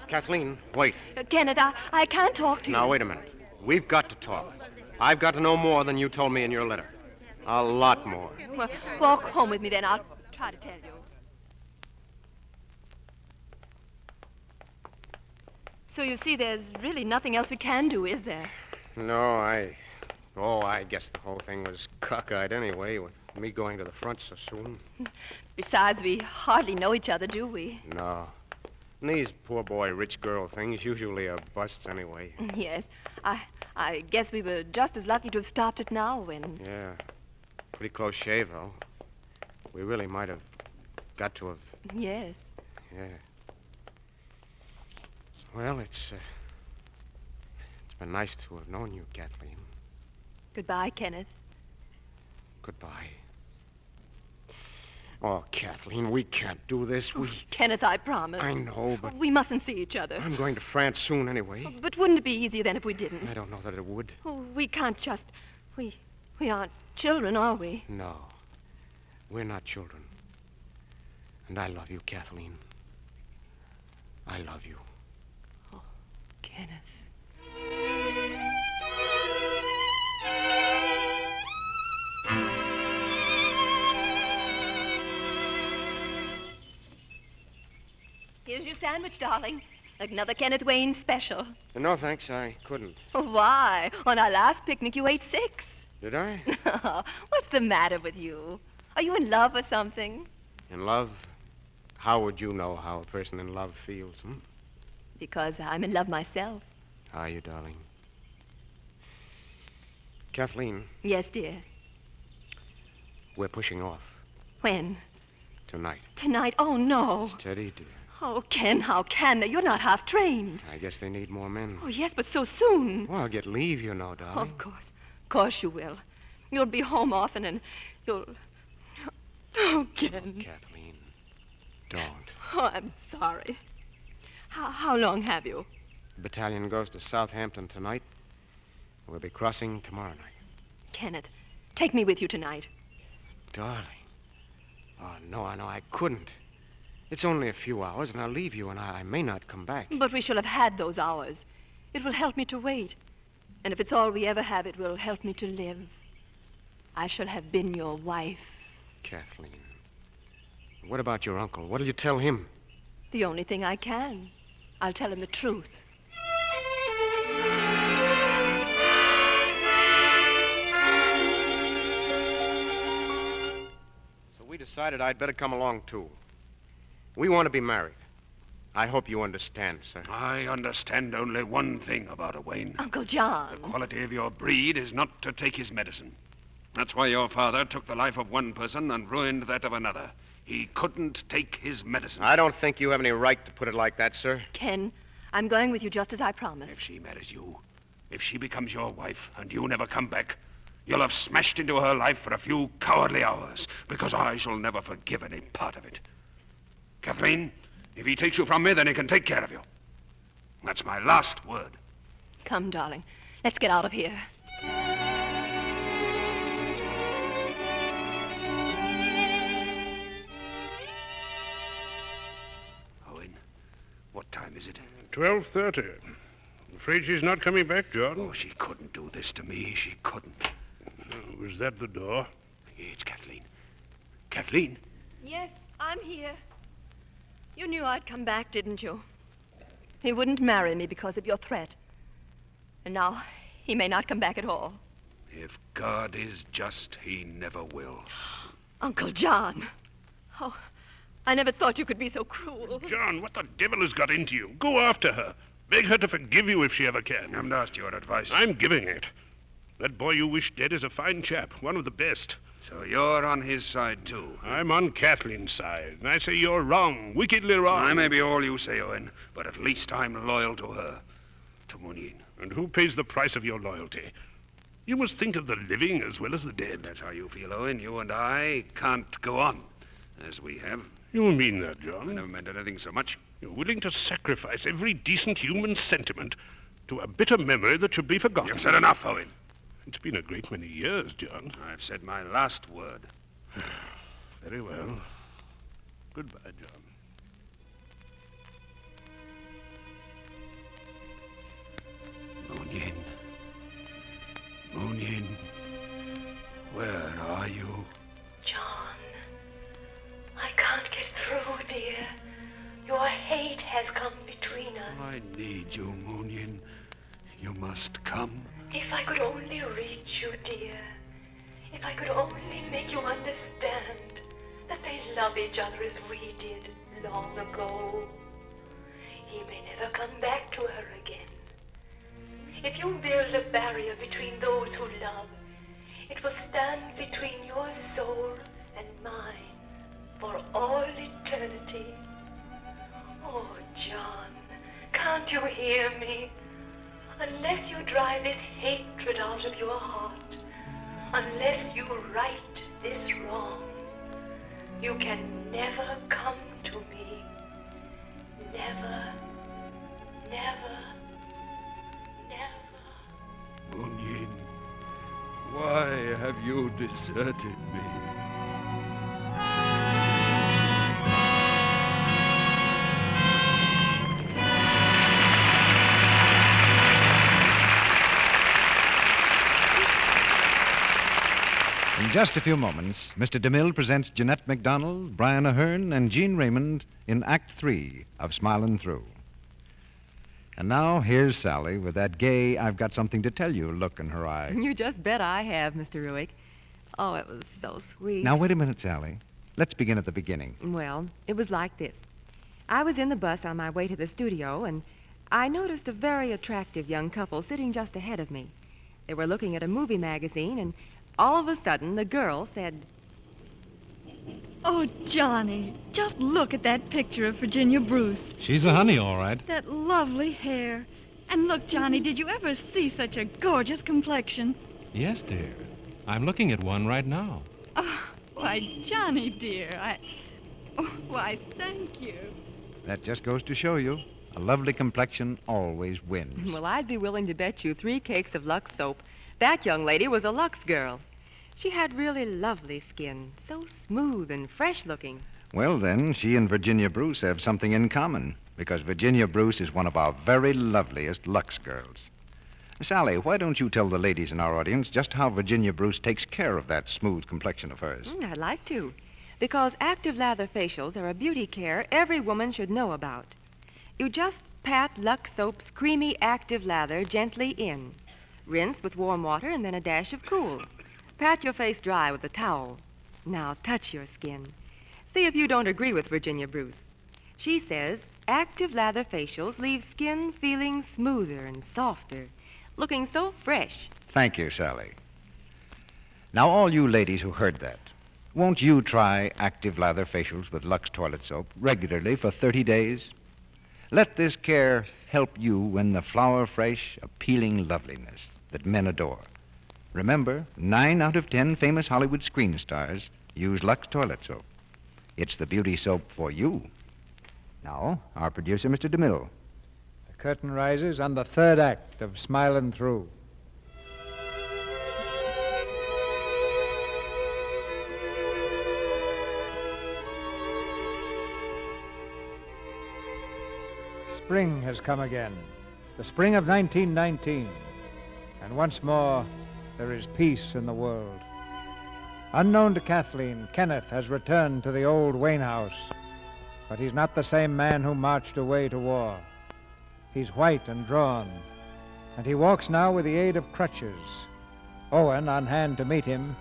Speaker 11: Kathleen, wait.
Speaker 9: Uh, Kenneth, I, I can't talk to you.
Speaker 11: Now, wait a minute. We've got to talk. I've got to know more than you told me in your letter. A lot more.
Speaker 9: Well, walk home with me then. I'll try to tell you. So you see, there's really nothing else we can do, is there?
Speaker 11: No, I. Oh, I guess the whole thing was cockeyed anyway, with me going to the front so soon.
Speaker 9: Besides, we hardly know each other, do we?
Speaker 11: No. And these poor boy, rich girl things usually are busts anyway.
Speaker 9: Mm, Yes. I I guess we were just as lucky to have stopped it now when
Speaker 11: Yeah. Pretty close shave, though. We really might have got to have.
Speaker 9: yes.
Speaker 11: Yeah. Well, it's. Uh, it's been nice to have known you, Kathleen.
Speaker 9: Goodbye, Kenneth.
Speaker 11: Goodbye. Oh, Kathleen, we can't do this. We.
Speaker 9: Kenneth, I promise.
Speaker 11: I know, but
Speaker 9: Oh, We mustn't see each other.
Speaker 11: I'm going to France soon anyway.
Speaker 9: But wouldn't it be easier then if we didn't?
Speaker 11: I don't know that it would.
Speaker 9: Oh, we can't just we we aren't children, are we?
Speaker 11: No. We're not children. And I love you, Kathleen. I love you.
Speaker 9: Kenneth. Here's your sandwich, darling. Another Kenneth Wayne special. Oh,
Speaker 11: No, thanks, I couldn't.
Speaker 9: Why? On our last picnic, you ate six.
Speaker 11: Did I?
Speaker 9: What's the matter with you? Are you in love or something?
Speaker 11: In love? How would you know how a person in love feels? Hmm?
Speaker 9: Because I'm in love myself.
Speaker 11: Are you, darling? Kathleen,
Speaker 9: Yes, dear.
Speaker 11: we're pushing off
Speaker 9: When?
Speaker 11: tonight.
Speaker 9: Tonight? Oh, no.
Speaker 11: Teddy, dear.
Speaker 9: Oh, Ken, how can they? You're not half trained.
Speaker 11: I guess they need more men.
Speaker 9: Oh, yes, but so soon. Oh,
Speaker 11: Well, I'll get leave, you know, darling.
Speaker 9: Of course. Of course you will. You'll be home often and you'll. Oh, Ken.
Speaker 11: Kathleen, don't.
Speaker 9: Oh, I'm sorry. How, how long have you?
Speaker 11: The battalion goes to Southampton tonight. We'll be crossing tomorrow night.
Speaker 9: Kenneth, take me with you tonight.
Speaker 11: Darling. Oh, no, I know I couldn't. It's only a few hours, and I'll leave you, and I, I may not come back.
Speaker 9: But we shall have had those hours. It will help me to wait. And if it's all we ever have, it will help me to live. I shall have been your wife.
Speaker 11: Kathleen. What about your uncle? What'll you tell him?
Speaker 9: The only thing I can. I'll tell him the truth.
Speaker 11: So we decided I'd better come along, too. We want to be married. I hope you understand, sir.
Speaker 4: I understand only one thing about a Wayne.
Speaker 9: Uncle John.
Speaker 4: Quality of your breed is not to take his medicine. That's why your father took the life of one person and ruined that of another. He couldn't take his medicine.
Speaker 11: I don't think you have any right to put it like that, sir.
Speaker 9: Ken, I'm going with you just as I promised.
Speaker 4: If she marries you, if she becomes your wife and you never come back, you'll have smashed into her life for a few cowardly hours because I shall never forgive any part of it. Kathleen, if he takes you from me, then he can take care of you. That's my last word.
Speaker 9: Come, darling. Let's get out of here.
Speaker 4: What time is it?
Speaker 3: 12.30. I'm afraid she's not coming back, John. Oh,
Speaker 4: she couldn't do this to me. She couldn't.
Speaker 3: Was Oh, that the door?
Speaker 4: It's Kathleen. Kathleen?
Speaker 9: Yes, I'm here. You knew I'd come back, didn't you? He wouldn't marry me because of your threat. And now he may not come back at all.
Speaker 4: If God is just, he never will.
Speaker 9: Uncle John. Oh, I never thought you could be so cruel.
Speaker 3: John, what the devil has got into you? Go after her. Beg her to forgive you if she ever can.
Speaker 4: I'm not your advice.
Speaker 3: I'm giving it. That boy you wish dead is a fine chap, one of the best.
Speaker 4: So you're on his side, too.
Speaker 3: I'm on Kathleen's side, and I say you're wrong, wickedly wrong.
Speaker 4: I may be all you say, Owen, but at least I'm loyal to her. To Mooneen.
Speaker 3: And who pays the price of your loyalty? You must think of the living as well as the dead.
Speaker 4: That's how you feel, Owen. You and I can't go on as we have.
Speaker 3: You mean that, John?
Speaker 4: I never meant anything so much.
Speaker 3: You're willing to sacrifice every decent human sentiment to a bitter memory that should be forgotten.
Speaker 4: You've said enough, Owen.
Speaker 3: It's been a great many years, John.
Speaker 4: I've said my last word.
Speaker 3: Very well. Goodbye, John.
Speaker 4: Moonyin. Moonyin. Where are you?
Speaker 5: John, I can't get through, dear. Your hate has come between us.
Speaker 4: I need you, Moonyin. You must come.
Speaker 5: If I could only reach you, dear. If I could only make you understand that they love each other as we did long ago. He may never come back to her again. If you build a barrier between those who love, it will stand between your soul and mine for all eternity. Oh, John, can't you hear me? Unless you drive this hatred out of your heart, unless you right this wrong, you can never come to me. Never, never, never.
Speaker 4: Moonyin. Why have you deserted me?
Speaker 14: In just a few moments, Mr. DeMille presents Jeanette MacDonald, Brian Ahern, and Jean Raymond in Act Three of Smilin' Through. And now here's Sally with that gay, I've got something to tell you look in her eye.
Speaker 20: You just bet I have, Mr. Ruick. Oh, it was so sweet.
Speaker 14: Now, wait a minute, Sally. Let's begin at the beginning.
Speaker 20: Well, it was like this. I was in the bus on my way to the studio, and I noticed a very attractive young couple sitting just ahead of me. They were looking at a movie magazine, and all of a sudden, the girl said,
Speaker 12: Oh, Johnny, just look at that picture of Virginia Bruce.
Speaker 21: She's a honey, all right.
Speaker 12: That lovely hair. And look, Johnny, did you ever see such a gorgeous complexion?
Speaker 21: Yes, dear. I'm looking at one right now.
Speaker 12: Why, Johnny, dear, I. Oh, why, thank you.
Speaker 14: That just goes to show you a lovely complexion always wins.
Speaker 20: Well, I'd be willing to bet you three cakes of Lux soap. That young lady was a Lux girl. She had really lovely skin, so smooth and fresh looking.
Speaker 14: Well, then, she and Virginia Bruce have something in common because Virginia Bruce is one of our very loveliest Lux girls. Sally, why don't you tell the ladies in our audience just how Virginia Bruce takes care of that smooth complexion of hers?
Speaker 20: Mm, I'd like to, because active lather facials are a beauty care every woman should know about. You just pat Lux Soap's creamy active lather gently in. Rinse with warm water and then a dash of cool. Pat your face dry with a towel. Now touch your skin. See if you don't agree with Virginia Bruce. She says active lather facials leave skin feeling smoother and softer, looking so fresh.
Speaker 14: Thank you, Sally. Now, all you ladies who heard that, won't you try active lather facials with Lux toilet soap regularly for 30 days? Let this care help you win the flower fresh, appealing loveliness that men adore. Remember, nine out of ten famous Hollywood screen stars use Lux toilet soap. It's the beauty soap for you. Now, our producer, Mr. DeMille.
Speaker 2: The curtain rises on the third act of Smilin' Through. Spring has come again, the spring of 1919, and once more there is peace in the world. Unknown to Kathleen, Kenneth has returned to the old Wayne house, but he's not the same man who marched away to war. He's white and drawn, and he walks now with the aid of crutches. Owen, on hand to meet him,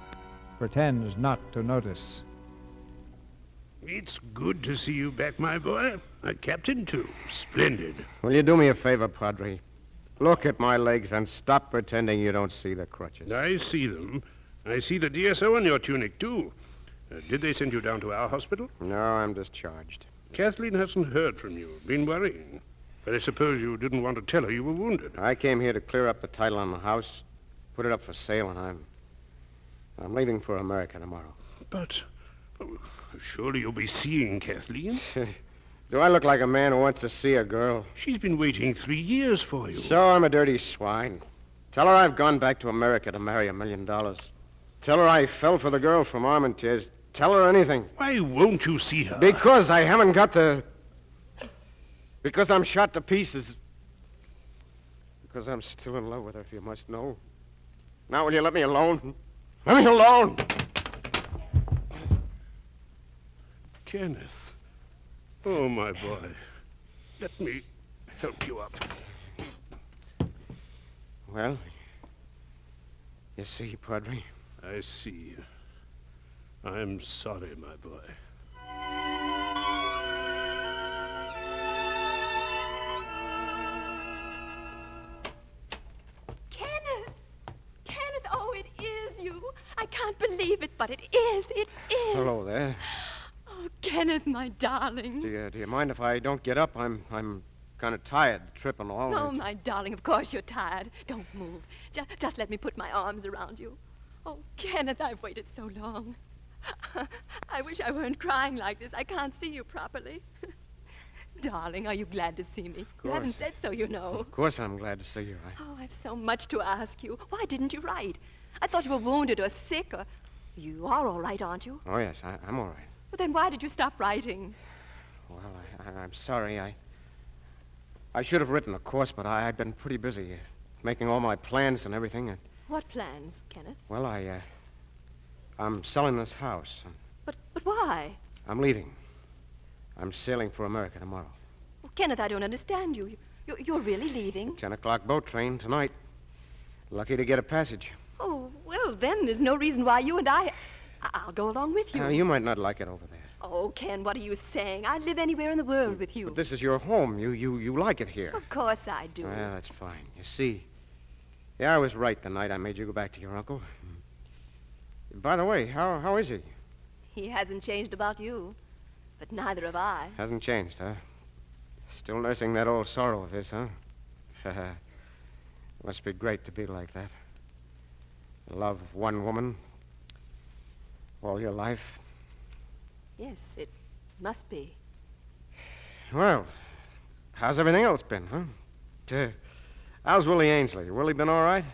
Speaker 2: pretends not to notice.
Speaker 3: It's good to see you back, my boy. A captain, too. Splendid.
Speaker 11: Will you do me a favor, Padre? Look at my legs and stop pretending you don't see the crutches.
Speaker 3: I see them. I see the DSO on your tunic, too. Uh, did they send you down to our hospital?
Speaker 11: No, I'm discharged.
Speaker 3: Kathleen hasn't heard from you. Been worrying. But I suppose you didn't want to tell her you were wounded.
Speaker 11: I came here to clear up the title on the house, put it up for sale, and I'm. I'm leaving for America tomorrow.
Speaker 3: But oh, surely you'll be seeing Kathleen.
Speaker 11: Do I look like a man who wants to see a girl?
Speaker 3: She's been waiting three years for you.
Speaker 11: So I'm a dirty swine. Tell her I've gone back to America to marry a million dollars. Tell her I fell for the girl from Armentiers. Tell her anything.
Speaker 3: Why won't you see her?
Speaker 11: Because I haven't got the. Because I'm shot to pieces. Because I'm still in love with her, if you must know. Now, will you let me alone? Let me alone!
Speaker 3: Kenneth. Oh, my boy. Let me help you up.
Speaker 11: Well, you see, Padre,
Speaker 3: I see. I'm sorry, my boy.
Speaker 9: Kenneth! Kenneth, oh, it is you. I can't believe it, but it is. It is.
Speaker 11: Hello there.
Speaker 9: Oh, Kenneth, my darling.
Speaker 11: Do you, do you mind if I don't get up? I'm I'm kind of tired, the trip and all.
Speaker 9: Oh, my darling, of course you're tired. Don't move. Just, just let me put my arms around you. Oh, Kenneth, I've waited so long. I wish I weren't crying like this. I can't see you properly. darling, are you glad to see me? You haven't
Speaker 11: course.
Speaker 9: said so, you know.
Speaker 11: Of course I'm glad to see you. I,
Speaker 9: Oh, I've so much to ask you. Why didn't you write? I thought you were wounded or sick or. You are all right, aren't you?
Speaker 11: oh, yes, I, I'm all right.
Speaker 9: Well, then why did you stop writing?
Speaker 11: Well, I, I, I'm sorry. I I should have written, of course, but I, I've been pretty busy uh, making all my plans and everything. And,
Speaker 9: What plans, Kenneth?
Speaker 11: well, I, uh, I'm selling this house.
Speaker 9: But, but why?
Speaker 11: I'm leaving. I'm sailing for America tomorrow.
Speaker 9: Well, Kenneth, I don't understand you. You- You're, you're really leaving?
Speaker 11: Ten o'clock boat train tonight. Lucky to get a passage.
Speaker 9: Oh, well, then there's no reason why you and I. I- I'll go along with you.
Speaker 11: Now, you might not like it over there.
Speaker 9: Oh, Ken, what are you saying? I'd live anywhere in the world with you.
Speaker 11: But this is your home. You you you like it here.
Speaker 9: Of course I do.
Speaker 11: Well, that's fine. You see. Yeah, I was right the night I made you go back to your uncle. Hmm. By the way, how how is he?
Speaker 9: He hasn't changed about you, but neither have I.
Speaker 11: Hasn't changed, huh? Still nursing that old sorrow of his, huh? Must be great to be like that. Love one woman all your life.
Speaker 9: Yes, it must be.
Speaker 11: Well, how's everything else been, huh? Uh, how's Willie Ainsley? Willie been all right?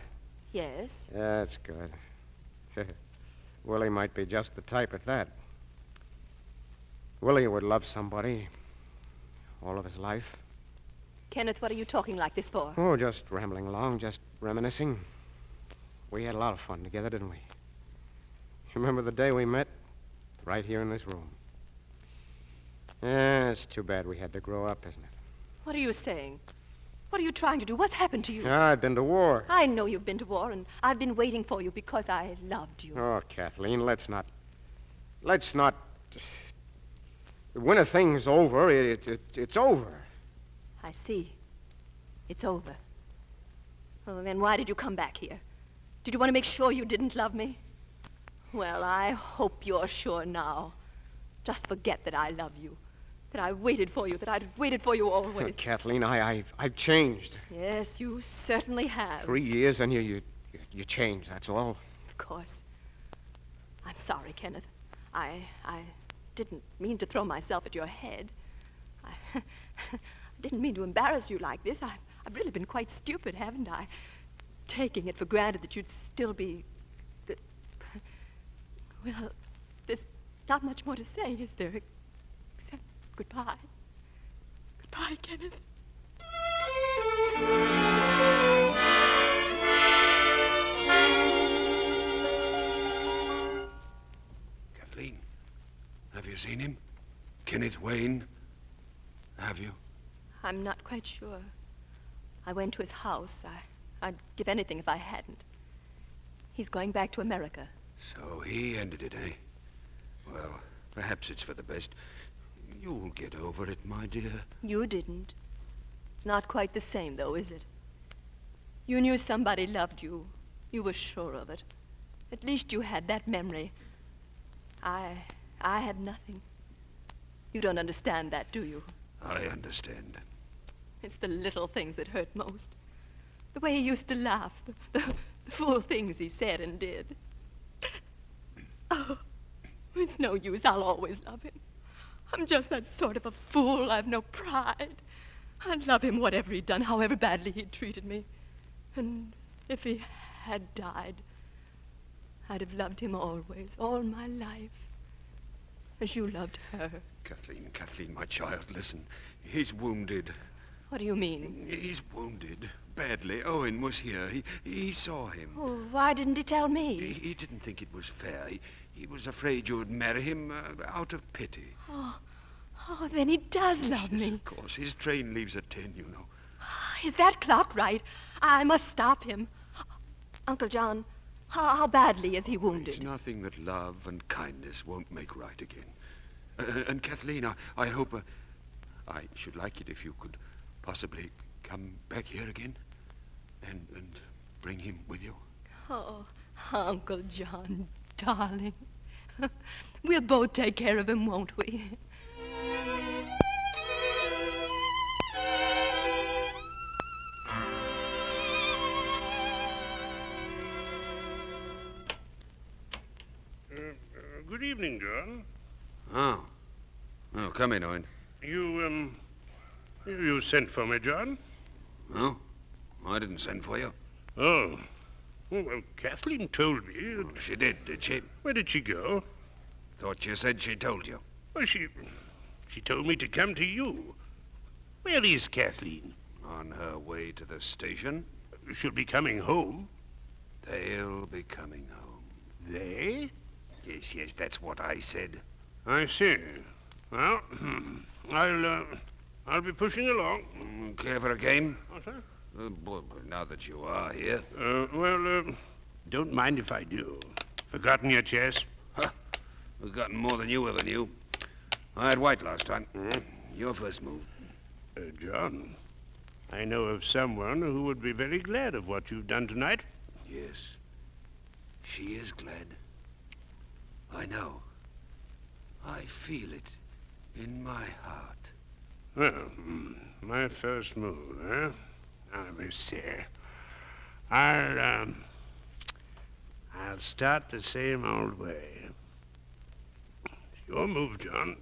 Speaker 9: Yes.
Speaker 11: That's good. Willie might be just the type at that. Willie would love somebody all of his life.
Speaker 9: Kenneth, what are you talking like this for?
Speaker 11: Oh, just rambling along, just reminiscing. We had a lot of fun together, didn't we? You remember the day we met? Right here in this room. Yeah, it's too bad we had to grow up, isn't it?
Speaker 9: What are you saying? What are you trying to do? What's happened to you?
Speaker 11: Ah, I've been to war.
Speaker 9: I know you've been to war, and I've been waiting for you because I loved you.
Speaker 11: Oh, Kathleen, let's not. Let's not. When a thing's over, it, it, it's over.
Speaker 9: I see. It's over. Well, then why did you come back here? Did you want to make sure you didn't love me? Well, I hope you're sure now. Just forget that I love you, that I waited for you, that I'd waited for you always.
Speaker 11: Kathleen, I, I've, I've changed.
Speaker 9: Yes, you certainly have.
Speaker 11: Three years, and you, you, you change, that's all.
Speaker 9: Of course. I'm sorry, Kenneth. I, I didn't mean to throw myself at your head. I, I didn't mean to embarrass you like this. I've, I've really been quite stupid, haven't I? Taking it for granted that you'd still be. That, well, there's not much more to say, is there? Except goodbye. Goodbye, Kenneth.
Speaker 4: Kathleen, have you seen him? Kenneth Wayne? Have you?
Speaker 9: I'm not quite sure. I went to his house. I, I'd give anything if I hadn't. He's going back to America.
Speaker 4: So he ended it, eh? Well, perhaps it's for the best. You'll get over it, my dear.
Speaker 9: You didn't. It's not quite the same, though, is it? You knew somebody loved you. You were sure of it. At least you had that memory. I. I had nothing. You don't understand that, do you?
Speaker 4: I understand.
Speaker 9: It's the little things that hurt most. The way he used to laugh, the, the, the fool things he said and did. Oh, it's no use. I'll always love him. I'm just that sort of a fool. I've no pride. I'd love him whatever he'd done, however badly he'd treated me. And if he had died, I'd have loved him always, all my life, as you loved her.
Speaker 4: Kathleen, Kathleen, my child, listen. He's wounded.
Speaker 9: What do you mean?
Speaker 4: He's wounded. Badly. Owen was here. He, he saw him.
Speaker 9: Oh, why didn't he tell
Speaker 4: He,
Speaker 9: me?
Speaker 4: he didn't think it was fair. He, he was afraid you would marry him uh, out of pity.
Speaker 9: Oh, oh, then he does love me.
Speaker 4: Of course, his train leaves at ten, you know.
Speaker 9: Is that clock right? I must stop him. Uncle John, how, how badly is he
Speaker 4: It's
Speaker 9: wounded?
Speaker 4: nothing that love and kindness won't make right again. Uh, and Kathleen, I, I hope. Uh, I should like it if you could possibly come back here again and, and bring him with you.
Speaker 9: Oh, Uncle John, darling. we'll both take care of him, won't we?
Speaker 3: Uh, Good evening, John.
Speaker 4: Oh. Oh, come in, Owen.
Speaker 3: You, um. You you sent for me, John?
Speaker 4: No, Oh, I didn't send for you.
Speaker 3: Oh. Oh, Well, Kathleen told me. that-
Speaker 4: She did, did she?
Speaker 3: Where did she go?
Speaker 4: Thought you said she told you.
Speaker 3: Well, she. She told me to come to you. Where is Kathleen?
Speaker 4: On her way to the station.
Speaker 3: She'll be coming home.
Speaker 4: They'll be coming home.
Speaker 3: They?
Speaker 4: Yes, yes, that's what I said.
Speaker 3: I see. Well, I'll. Uh, I'll be pushing along.
Speaker 4: Mm, Care for a game?
Speaker 3: Oh, sir?
Speaker 4: Uh, b- b- Now that you are here.
Speaker 3: Uh, well, uh, don't mind if I do. Forgotten your chess?
Speaker 4: We've gotten more than you ever knew. I had white last time. Your first move.
Speaker 3: Mm-hmm. Uh, John, I know of someone who would be very glad of what you've done tonight.
Speaker 4: Yes. She is glad. I know. I feel it in my heart.
Speaker 3: Well, hmm, my first move, huh? Now, Let me see. I'll, um, I'll start the same old way. It's your move, John.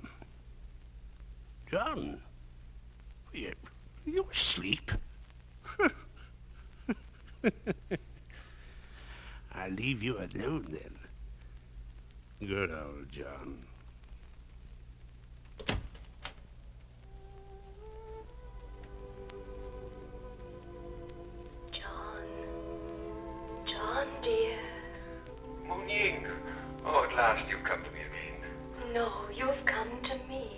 Speaker 3: John, you, you asleep? I'll leave you alone then. Good old John.
Speaker 5: John, dear.
Speaker 22: Munying. Oh, at last you've come to me again.
Speaker 5: No, you've come to me.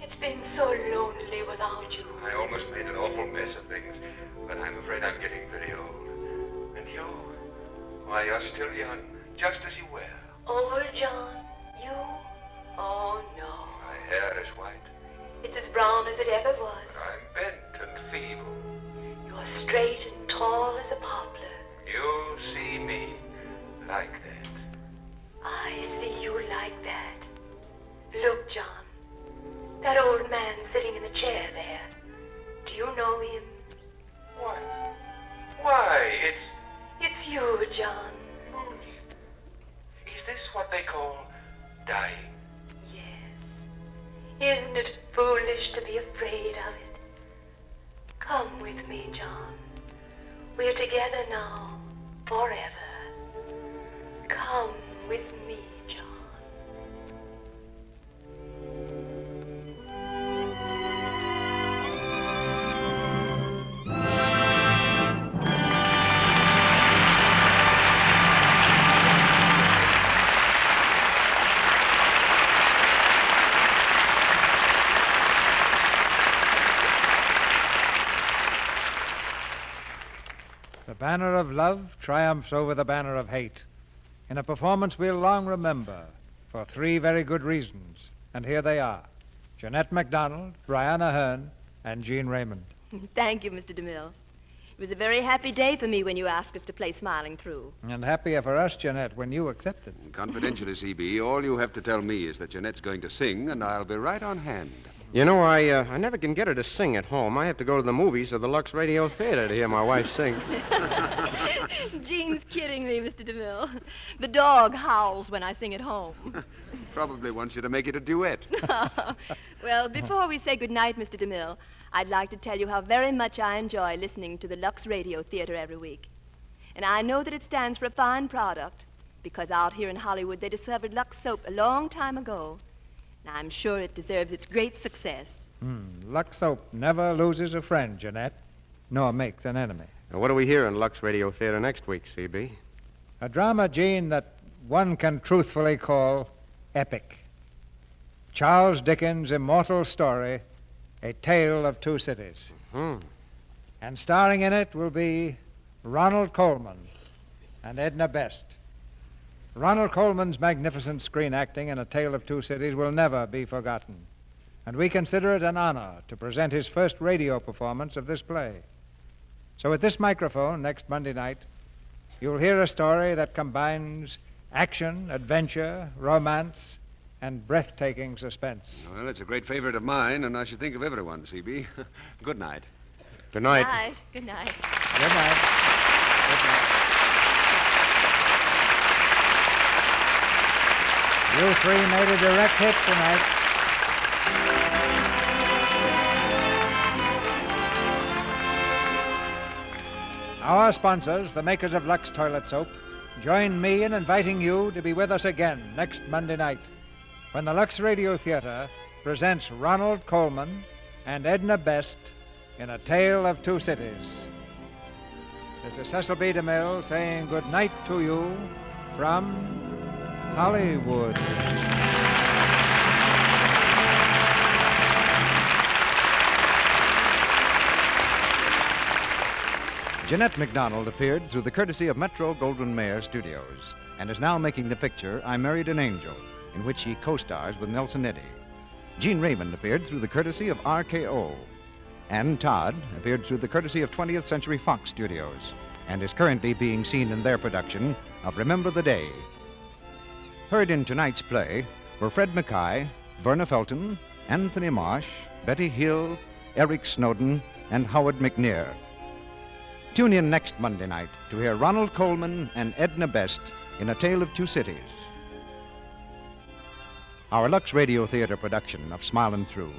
Speaker 5: It's been so lonely without you.
Speaker 22: I almost made an awful mess of things, but I'm afraid I'm getting very old. And you? Why, you're still young, just as you were.
Speaker 5: Old John, you? Oh, no.
Speaker 22: My hair is white.
Speaker 5: It's as brown as it ever was.
Speaker 22: I'm bent and feeble.
Speaker 5: You're straight and tall as a poplar.
Speaker 22: You see me like that.
Speaker 5: I see you like that. Look, John. That old man sitting in the chair there. Do you know him?
Speaker 22: What? Why, it's...
Speaker 5: It's you, John.
Speaker 22: Hmm. Is this what they call dying?
Speaker 5: Isn't it foolish to be afraid of it? Come with me, John. We're together now, forever. Come with me, John.
Speaker 2: The banner of love triumphs over the banner of hate in a performance we'll long remember for three very good reasons. And here they are Jeanette MacDonald, Brianna Hearn, and Jean Raymond.
Speaker 23: Thank you, Mr. DeMille. It was a very happy day for me when you asked us to play Smiling Through.
Speaker 2: And happier for us, Jeanette, when you accepted.
Speaker 4: Confidentially, CB, E all you have to tell me is that Jeanette's going to sing, and I'll be right on hand.
Speaker 11: You know, I, uh, I never can get her to sing at home. I have to go to the movies or the Lux Radio Theater to hear my wife sing.
Speaker 23: Jean's kidding me, Mr. DeMille. The dog howls when I sing at home.
Speaker 4: Probably wants you to make it a duet.
Speaker 23: well, before we say goodnight, Mr. DeMille, I'd like to tell you how very much I enjoy listening to the Lux Radio Theater every week. And I know that it stands for a fine product, because out here in Hollywood they discovered Lux soap a long time ago. And I'm sure it deserves its great success.
Speaker 2: Hmm. Lux Soap never loses a friend, Jeanette, nor makes an enemy.
Speaker 11: Now, what do we hear in Lux Radio Theater next week, CB?
Speaker 2: A drama, Jean, that one can truthfully call epic. Charles Dickens' immortal story, A Tale of Two Cities. And starring in it will be Ronald Coleman and Edna Best. Ronald Coleman's magnificent screen acting in A Tale of Two Cities will never be forgotten. And we consider it an honor to present his first radio performance of this play. So at this microphone next Monday night, you'll hear a story that combines action, adventure, romance, and breathtaking suspense.
Speaker 4: Well, it's a great favorite of mine, and I should think of everyone, CB. Good night.
Speaker 23: Good
Speaker 11: Good
Speaker 23: night.
Speaker 2: Good night. You three made a direct hit tonight. Our sponsors, the makers of Lux Toilet Soap, join me in inviting you to be with us again next Monday night when the Lux Radio Theater presents Ronald Coleman and Edna Best in A Tale of Two Cities. This is Cecil B. DeMille saying good night to you from Hollywood.
Speaker 14: Jeanette MacDonald appeared through the courtesy of Metro Goldwyn Mayer Studios and is now making the picture I Married an Angel, in which she co stars with Nelson Eddy. Gene Raymond appeared through the courtesy of RKO. Ann Todd appeared through the courtesy of 20th Century Fox Studios and is currently being seen in their production of Remember the Day. Heard in tonight's play were Fred Mackay, Verna Felton, Anthony Marsh, Betty Hill, Eric Snowden, and Howard McNear. Tune in next Monday night to hear Ronald Coleman and Edna Best in A Tale of Two Cities. Our Lux Radio Theater production of Smile and Through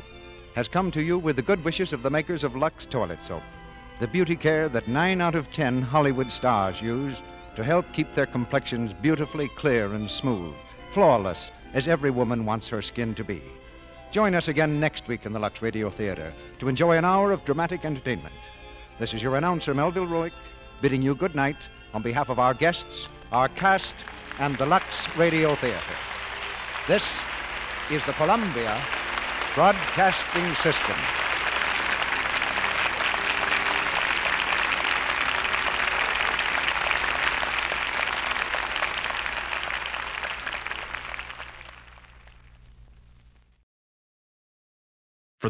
Speaker 14: has come to you with the good wishes of the makers of Lux Toilet Soap, the beauty care that nine out of ten Hollywood stars use to help keep their complexions beautifully clear and smooth, flawless, as every woman wants her skin to be. Join us again next week in the Lux Radio Theater to enjoy an hour of dramatic entertainment. This is your announcer, Melville Roick, bidding you good night on behalf of our guests, our cast, and the Lux Radio Theater. This is the Columbia Broadcasting System.
Speaker 1: For